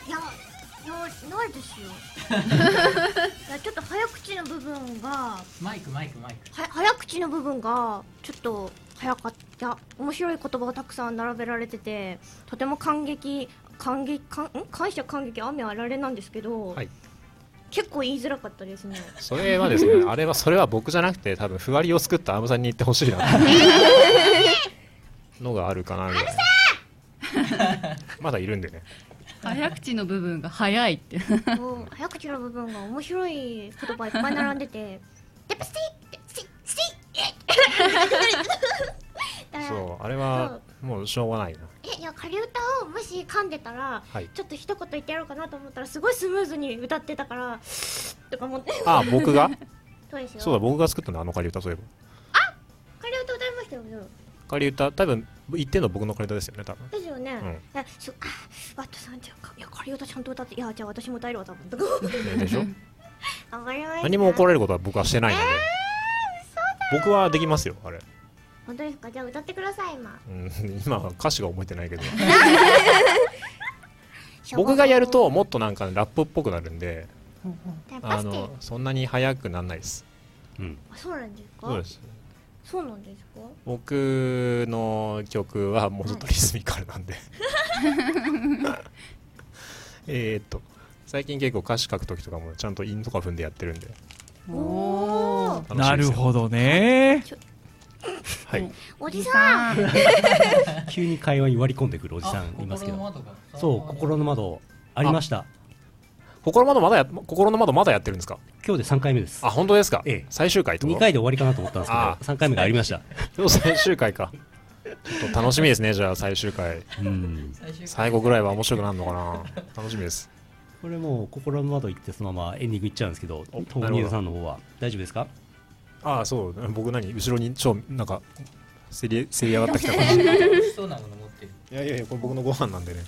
いやないです よいやちょっと早口の部分がマイクマイクマイクは早口の部分がちょっと早かった面白い言葉をたくさん並べられててとても感激感激感ん感謝感激雨あられなんですけど、はい結構言いづらかったですねそれはですねあれはそれは僕じゃなくて多分ふわりを作ったアムさんに言ってほしいなのがあるかなみたいなまだいるんでね早口の部分が早いってもう早口の部分が面白い言葉いっぱい並んでて「デプスティッデプスティッスティッ」えっ そうあれはもうしょうがないなえいや仮歌をもし噛んでたら、はいちょっと一言言ってやろうかなと思ったらすごいスムーズに歌ってたからとか思ってあ僕がそうですよそうだ僕が作ったのあの仮歌そういえば仮歌歌いましたよね仮歌多分言ってんの僕の仮歌ですよね多分ですよね、うんいやしょあワットさんじゃあかいや仮歌ちゃんと歌っていやじゃあ私も歌えるわ多分とか ねでしょ頑張りました何も怒れられることは僕はしてないので、僕はできますよあれ、本当ですかじゃあ歌ってください今うん、今は歌詞が覚えてないけど僕がやるともっとなんかねラップっぽくなるんででパあステのそんなに早くなんないです。うん、あそうなんですかそうです。そうなんですか僕の曲はもうちょっとリズミカル なんでえーっと最近結構歌詞書く時とかもちゃんと韻とか踏んでやってるんでおーなるほどねはい おじさん急に会話に割り込んでくるおじさんいますけどそう心の窓ありました心の窓まだや心の窓まだやってるんですか今日で3回目ですあ本当ですか、ええ最終回ってこと2回で終わりかなと思ったんですあけど3回目がありま した今日 最終回かちょっと楽しみですねじゃあ最終回うん最後ぐらいは面白くなるのかな楽しみですこれもう心の窓行ってそのままエンディング行っちゃうんですけどおトーニーズさんの方は大丈夫ですかああそう僕何後ろにちょなんかせりせり上がってきた感じい美味しそうなもの持ってる。やいやいやこれ僕のご飯なんでね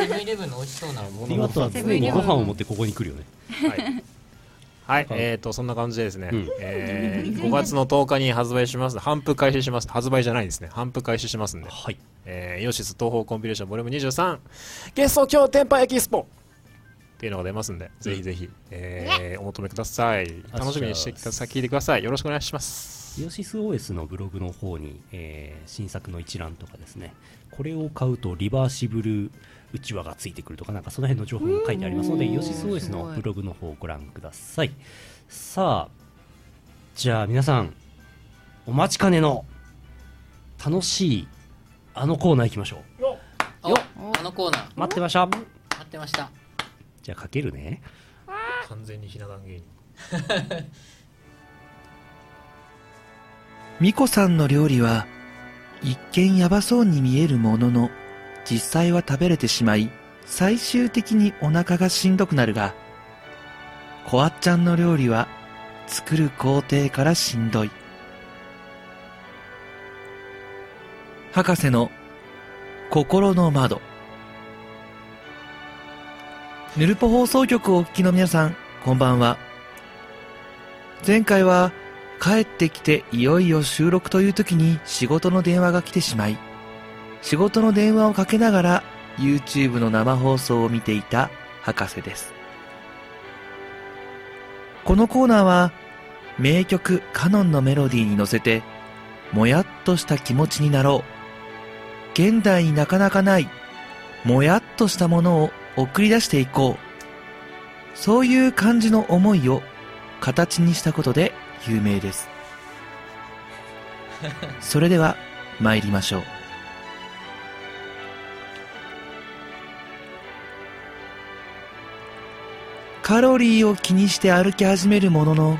セブンイレブンの美味しそうなもリのワットは常にご飯を持ってここに来るよねはい。はい、えっ、と、そんな感じでですね、うんえー5月の10日に発売します。販布開始します。発売じゃないですね。販布開始しますんで。はいえー、イオシス東方コンピレーションボリューム23、ゲスト今日天パエキスポっていうのが出ますんで、ぜひぜひ、えーお求めください。楽しみにしてください。聞いてください。よろしくお願いします。イオシス OS のブログの方に、えー新作の一覧とかですねこれを買うとリバーシブルうちわがついてくるとかなんかその辺の情報も書いてありますのでうんイオシス OS のブログの方をご覧くださいさあじゃあ皆さんお待ちかねの楽しいあのコーナー行きましょうおあのコーナー待ってました待ってましたじゃあかけるね完全にひな壇芸人。ミコさんの料理は一見やばそうに見えるものの実際は食べれてしまい最終的にお腹がしんどくなるがコアっちゃんの料理は作る工程からしんどい博士の心の窓ヌルポ放送局をお聞きの皆さんこんばんは前回は帰ってきていよいよ収録という時に仕事の電話が来てしまい、仕事の電話をかけながら YouTube の生放送を見ていた博士です。このコーナーは名曲カノンのメロディーに乗せて、もやっとした気持ちになろう。現代になかなかない、もやっとしたものを送り出していこう。そういう感じの思いを形にしたことで有名です。それでは参りましょう。カロリーを気にして歩き始めるものの、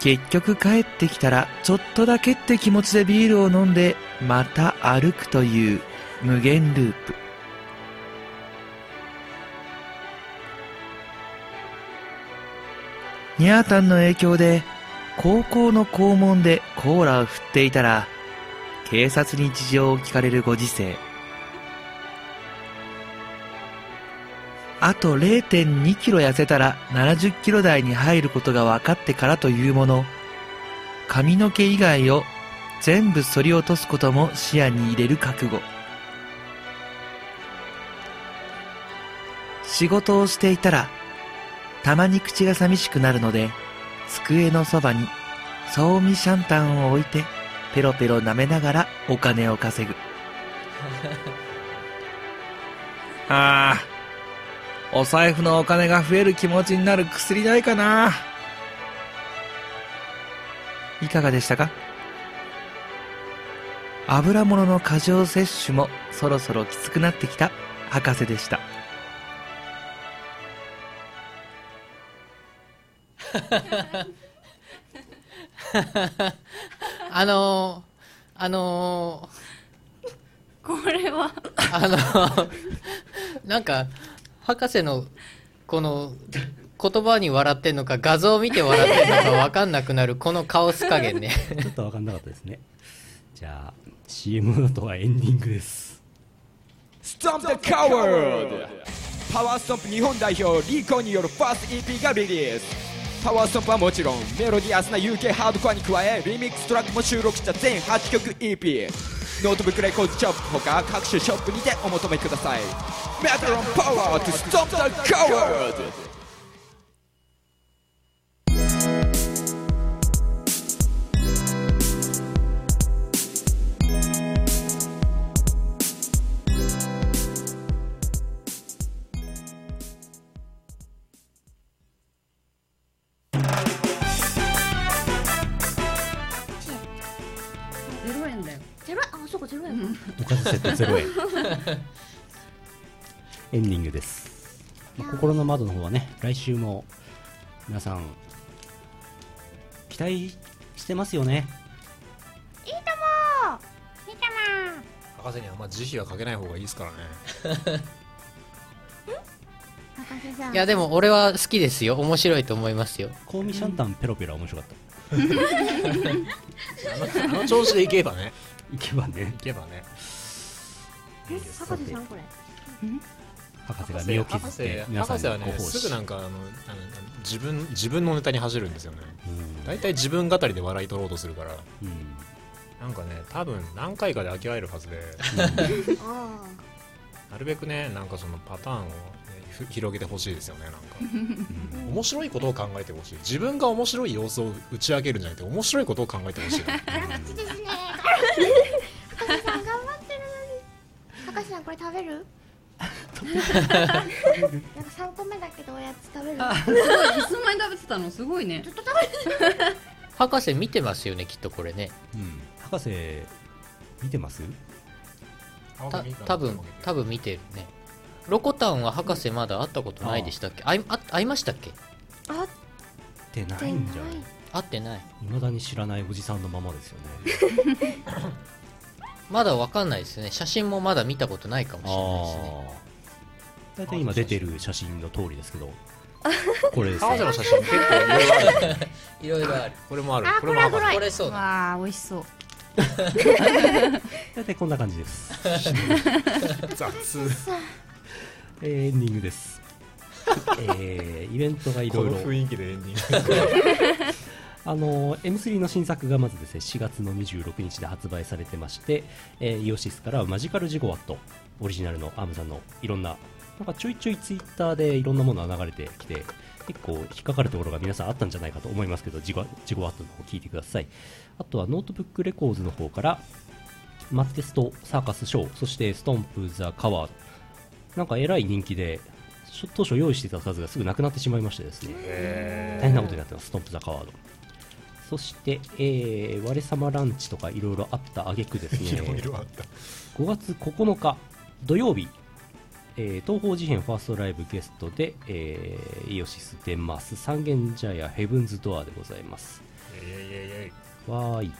結局帰ってきたらちょっとだけって気持ちでビールを飲んでまた歩くという無限ループ。ニャータンの影響で高校の校門でコーラを振っていたら警察に事情を聞かれるご時世あと0.2キロ痩せたら70キロ台に入ることが分かってからというもの髪の毛以外を全部剃り落とすことも視野に入れる覚悟仕事をしていたらたまに口が寂しくなるので、机のそばに、そうみシャンタンを置いて、ペロペロ舐めながらお金を稼ぐ。ああ、お財布のお金が増える気持ちになる薬ないかな。いかがでしたか油物の過剰摂取もそろそろきつくなってきた博士でした。あのー、あのこれはー、あのー、なんか博士のこの言葉に笑ってんのか画像を見て笑ってんのか分かんなくなるこのカオス加減ねちょっと分かんなかったですねじゃあ CM の後はエンディングですストンプカワードパワーストンプ日本代表リーコによるファースト EP がリリースパワーストンプはもちろんメロディアスな UK ハードコアに加えリミックストラックも収録した全8曲 EP ノートブックレコーズショップほか各種ショップにてお求めくださいメタロンパワーとストンプカワードゼロ円おかずセット0円エンディングです、まあ心の窓の方はね来週も皆さん期待してますよねいいともいいとも博士にはあんま慈悲はかけない方がいいですからね博士さんいやでも俺は好きですよ面白いと思いますよ香味シャンタンペロペロは面白かったあの調子でいけばねいけばねいけばねえ博士さんこれ博士が身を削って皆さん博士はにごね奉仕すぐなんかあのあの自分自分のネタに走るんですよね大体自分語りで笑い取ろうとするから、なんかね多分何回かで飽きられ るはずで、なるべくねなんかそのパターンをね、ふ広げてほしいですよねなんか面白いことを考えてほしい自分が面白い様子を打ち明けるんじゃなくて面白いことを考えてほしい な口ですね博士さん頑張ってるのに博士さんこれ食べるなんか三個目だけどおやつ食べるすごいいつの間に食べてたのすごいね博士見てますよねきっとこれね博士見てますた多分多分見てるねロコタンは博士まだ会ったことないでしたっけあいあ会いましたっけあってないんじゃない会ってないいまだに知らないおじさんのままですよねまだわかんないですね写真もまだ見たことないかもしれないですね大体今出てる写真の通りですけ どこれです彼ね女の写真結構いろいろあるねいろいろあるこれもあるあここれれもはある黒いこれそうわあ美味しそう大体こんな感じ です雑えーエンディングです、えーイベントがいろいろこの雰囲気でエンディングあの M3 の新作がまずですね4月の26日で発売されてまして、えーイオシスからはマジカルジゴワットオリジナルのアームさんのいろんななんかちょいちょいツイッターでいろんなものが流れてきて結構引っかかるところが皆さんあったんじゃないかと思いますけどジゴジゴワットの方聞いてくださいあとはノートブックレコーズの方からマッテストサーカスショーそしてストンプ・ザ・カワーなんかえらい人気でしょ当初用意してた数がすぐなくなってしまいましてですね大変なことになってますストンプ・ザ・カワードそして、えー、我様ランチとかいろいろあった挙句ですねいろいろあった5月9日土曜日、えー東方事変ファーストライブゲストで、えーイオシス出ます三軒茶屋ヘブンズドアでございますいやいやいやいやわーい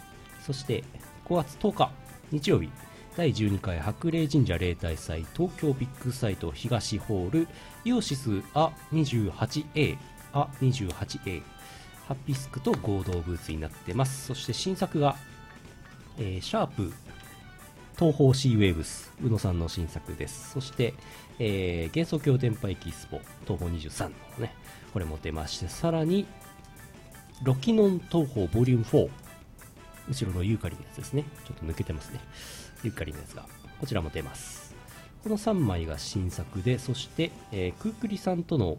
そして5月10日日曜日第12回白麗神社例大祭東京ビッグサイト東ホールイオシスア 28A ア 28A ハピスクと合同ブーツになってますそして新作が、えーシャープ東方シーウェーブス宇野さんの新作ですそして、えー幻想郷電波駅スポ東方23の方ねこれも出ましてさらにロキノン東宝ボリューム4後ろのユーカリのやつですねちょっと抜けてますねユーカリのやつがこちらも出ますこの3枚が新作でそして、えークークリさんとの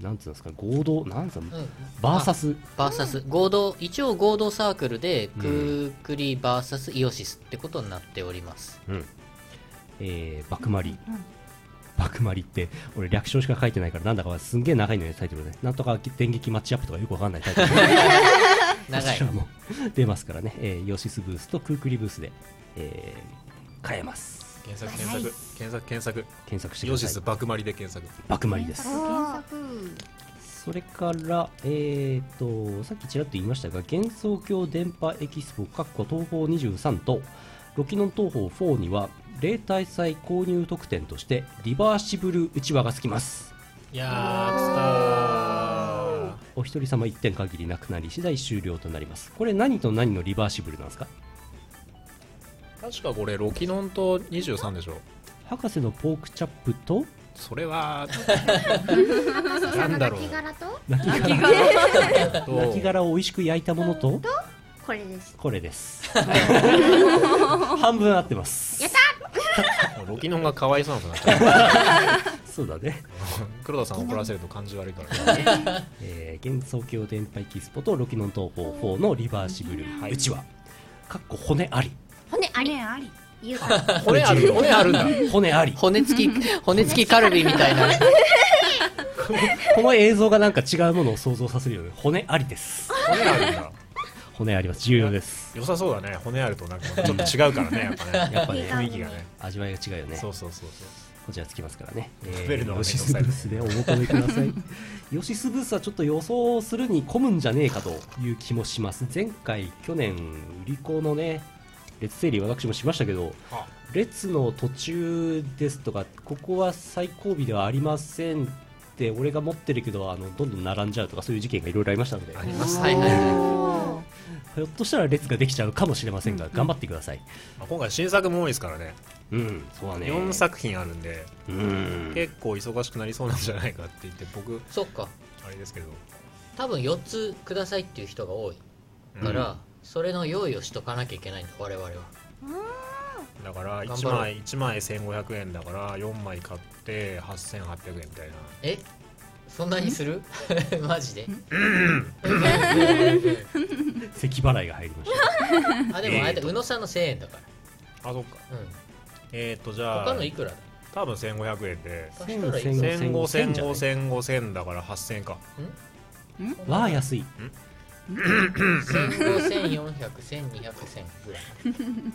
なんつうんですか合同なんつうの、うんバーサスバーサス合同一応合同サークルでクークリバーサスイオシスってことになっておりますうんえー、バクマリ、バクマリって俺略称しか書いてないからなんだかすんげえ長いのねタイトルでなんとか電撃マッチアップとかよくわかん ないタイトル長こいちらも出ますからね、えー、ヨシスブースとクークリブースで、えー買えます検索検索はい検索検索検索してくヨださシいスバクマリで検索バクマリです検それから、えー、とさっきちらっと言いましたが幻想郷電波エキスポかっこ東宝23とロキノン東宝4には例大祭購入特典としてリバーシブルうちわがつきますいやー来お一人様1点限りなくなり次第終了となりますこれ何と何のリバーシブルなんですかた確かこれロキノンと23でしょ博士のポークチャップとそれはなんだろう泣き殻と 泣き殻と泣き殻を美味しく焼いたものとこれですこれです 半分合ってますやったロキノンがかわいそうなことになっちゃうそうだね黒田さん怒らせると感じ悪いからねえー幻想郷電波エキスポとロキノン東宝4のリバーシブルうちわかっこ骨あり骨あり骨あり言うか骨ある骨あるんだ骨あり骨付き骨付きカルビみたいなこの映像がなんか違うものを想像させるよね骨ありです骨あるんだ骨あります重要です良さそうだね骨あるとなんかちょっと違うからねやっ ぱねやっぱね雰囲気がね味わいが違うよねそうそうそうそうこちらつきますからね食べるのヨは面シ倒スブくさーいスでお求めください ヨシスブースはちょっと予想するに混むんじゃねえかという気もします前回去年売り子のね列整理私もしましたけどあ列の途中ですとかここは最後尾ではありませんって俺が持ってるけどあのどんどん並んじゃうとかそういう事件がいろいろありましたのでありますはいはいはいひょっとしたら列ができちゃうかもしれませんが、頑張ってくださいあ今回新作も多いですからねうんそうだね4作品あるんでうん結構忙しくなりそうなんじゃないかって言って僕そっかあれですけど多分4つくださいっていう人が多いから、それの用意をしとかなきゃいけないんだ我々はだから頑張ろう1枚1枚1500円だから4枚買って8800円みたいなえそんなにする マジで咳払いが入りまし あでもあれだ宇野さんの1000円だかあそっかうんえーっとじらゃあ他のいくらだ多分1500円で足したらいくら1500 1500 1500 1500だから8000円かたわあ安い150014001200100ぐらい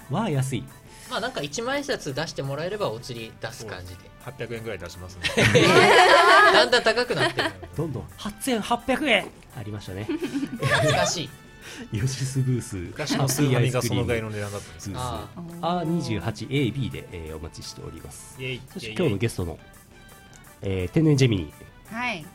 わあ安いまあなんか1万円札出してもらえればお釣り出す感じで800円ぐらい出しますね だんだん高くなってるどんどん8800円ありま したね懐かしいヨシスブース昔のスーファミがそのぐらいの値段だったんですブースあ R28AB で、えーお待ちしておりますイエイそしイてエイ今日のゲストの、えー天然ジェミニはい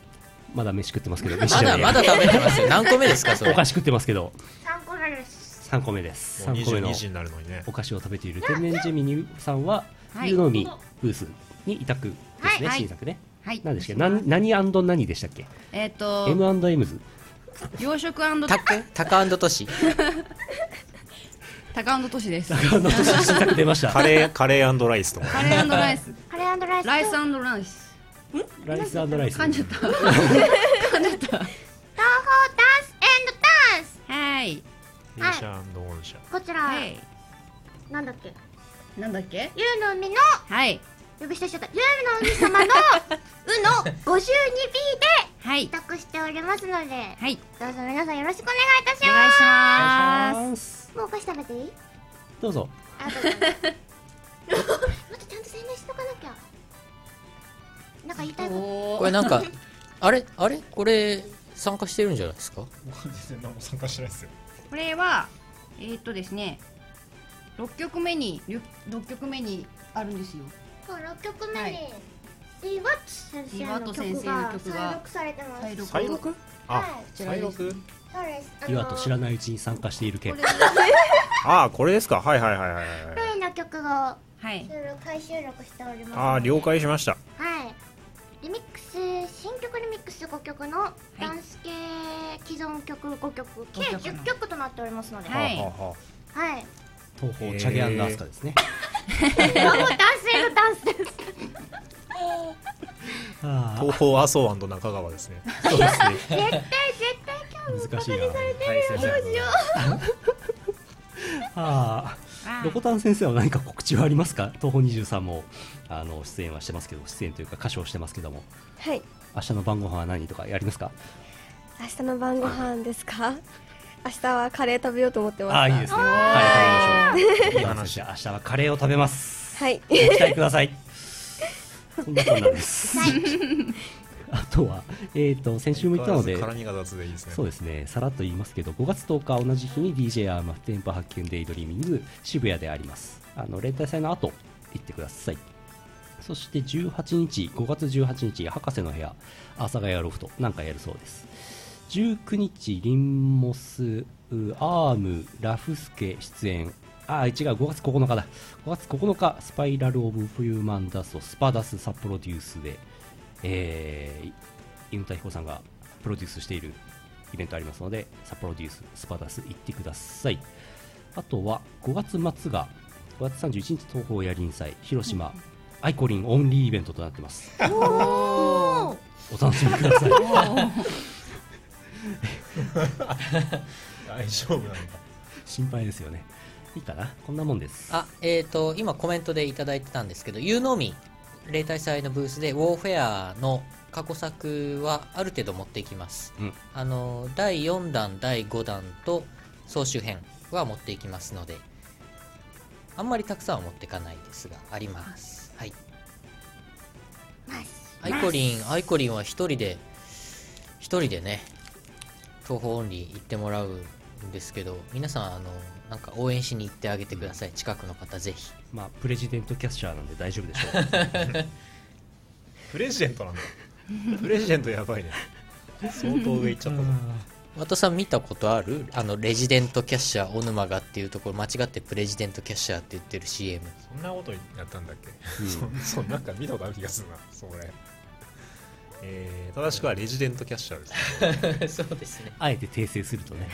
まだ飯食ってます けどまだまだ食べてますよ何個目ですかそれお菓子食ってますけど三個目です。 3個目ですもう3個目の22時になるのにねお菓子を食べている天然ジェミニさんははい湯飲みブースに委託ですね、はい新作ねはい何でしたっけ何何何でしたっけえっ、と M&M's 洋食高タカタカ都市高都市です高野と新作出ましたカレーカレーライスとかカレーライスカレーライス。ライスライスライスライス噛んじゃった東方ダンスダンス。はいミーシャ御社こちら、はいなんだっけ。なんだっけゆうの海のはい呼び捨てしちゃった。ゆうの海 様のうの 52B はでい委託しておりますので、はいどうぞ皆さんよろしくお願いいたしお願いしまますす。もうお菓子食べていい？どうぞあ と待ってちゃんと宣伝しとかなきゃ。なんか言いたいこと。これなんかあれあれこれ参加してるんじゃないですか全然何も参加してないですよこれはえーっとですね六曲目に六六曲目にあるんですよもう六曲目はにい。リワット先生のリワット先曲生のが曲が再録されてます。再録再録あはい再録そうです。あの岩と知らないうちに参加している件これああこれですかはいはいはいはいはい例の曲をはい収録再収録しております。ああ了解しましたはい。リミックス新曲リミックス5曲のいダンス系既存曲5曲計5曲の10曲となっておりますので、はいはあはあはあはい。 東方チャゲアンダースカですねあもう男性のダンス です。あ東方麻生中川ですねあそうですね絶対絶対今日も難しいなはい先生ああロコタン先生は何か告知はありますか東方23もあの出演はしてますけど出演というか歌唱してますけどもはい明日の晩ご飯は何とかやりますか明日の晩ご飯ですか明日はカレー食べようと思ってますああいいですねカレー食べましょういい話明日はカレーを食べますはいご期待くださいそんなこんなんですあとはえっ、と先週も言ったので絡みが雑でいいですねそうですね、さらっと言いますけど、5月10日同じ日に DJ アーマー電波発見デイドリーミング渋谷であります。あの、連帯祭の後、行ってください。そして18日、5月18日、博士の部屋、阿佐ヶ谷ロフト、なんかやるそうです。19日、リンモス、うアーム、ラフスケ出演。あー、違う、5月9日だ。5月9日、スパイラル・オブ・ヒューマン・ダスト、スパダス・サプロデュースで、えー、犬田彦さんがプロデュースしているイベントありますので、サプロデュース、スパダス行ってください。あとは5月末が、5月31日東宝やりん祭、広島、アイコリンオンリーイベントとなってます。お楽しみください。大丈夫なのか 心配ですよね。いいかなこんなもんです。あえっ、と今コメントでいただいてたんですけど有能み例大祭のブースでウォーフェアの過去作はある程度持っていきますうん。あの第4弾第5弾と総集編は持っていきますのであんまりたくさんは持っていかないですがありますはいアイコリンアイコリンは一人で一人でね東方オンリー行ってもらうんですけど皆さんあのなんか応援しに行ってあげてください、近くの方ぜひまあプレジデントキャッシャーなんで大丈夫でしょうプレジデントなんだプレジデントやばいね相当上行っちゃったな和田さん見たことあるあのレジデントキャッシャー小沼がっていうところ間違ってプレジデントキャッシャーって言ってる CM そんなことやったんだっけ、 うんそそなんか見たことある気がするなそれえー、正しくはレジデントキャッシャーです そうですねあえて訂正するとね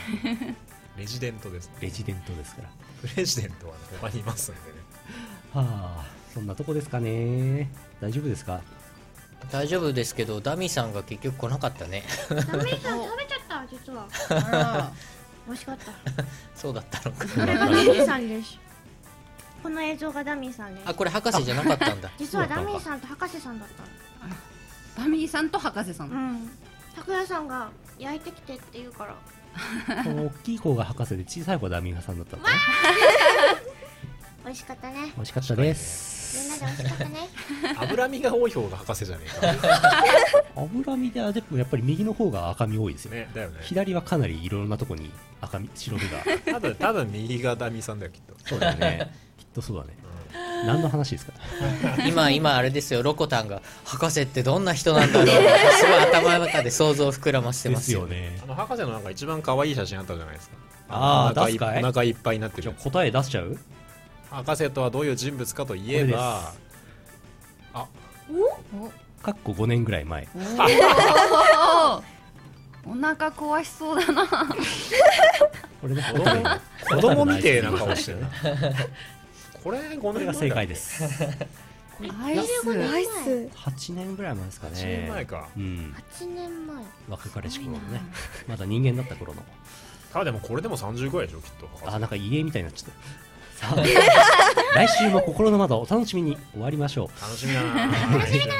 レジデントですレジデントですからプレジデントはね他にいますんでねはあそんなとこですかね大丈夫です か大丈夫ですけどダミーさんが結局来なかったね ダメさん食べちゃった実はあ ら美味しかったそうだったのかこれがダミーさんですこの映像がダミーさんですあこれ博士じゃなかったんだ実はそうだダったのミかーさんと博士さんだったのダミーさんと博士さん、うん拓哉さんが焼いてきてって言うからこの大きい子が博士で小さい子がダミーさんだったのね美味しかったね美味しかったですみんなで美味しかったね脂身が多い方が博士じゃねえか脂身ではでもやっぱり右の方が赤身多いですよねだよね左はかなりいろんなとこに赤身白身がただただ右がダミーさんだよきっと そうだよね きっとそうだね、何の話ですか今今あれですよロコタンが博士ってどんな人なん だろうってすごい頭の中で想像を膨らませてますよですよねあの博士のなんか一番可愛い写真あったじゃないですかあーお腹い出すかいお腹いっぱいになってるじゃあ答え出しちゃう博士とはどういう人物かといえばおかっこ5年ぐらい前 おお腹壊しそうだな俺ね子供子供みてえな顔して るなこれ5年これが正解ですナイスナイス8年ぐらい前ですかね8年前かうん8年前若かりし頃のねまだ人間だった頃のあでもこれでも30ぐらいでしょきっとあなんか家みたいになっちゃった さあ来週も心の窓お楽しみに終わりましょう楽しみだな楽しみだな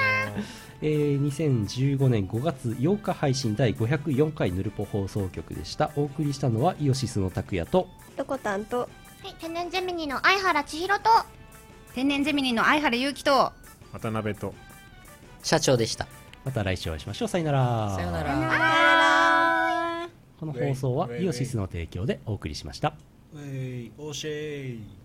えー2015年5月8日配信第504回ヌルポ放送局でしたお送りしたのはイオシスの拓也とロコタンとはい天然ゼミニの相原千尋と天然ゼミニの相原祐希と渡辺と社長でしたまた来週お会いしましょうさよならさよならこの放送はイオシスの提供でお送りしましたおいおしい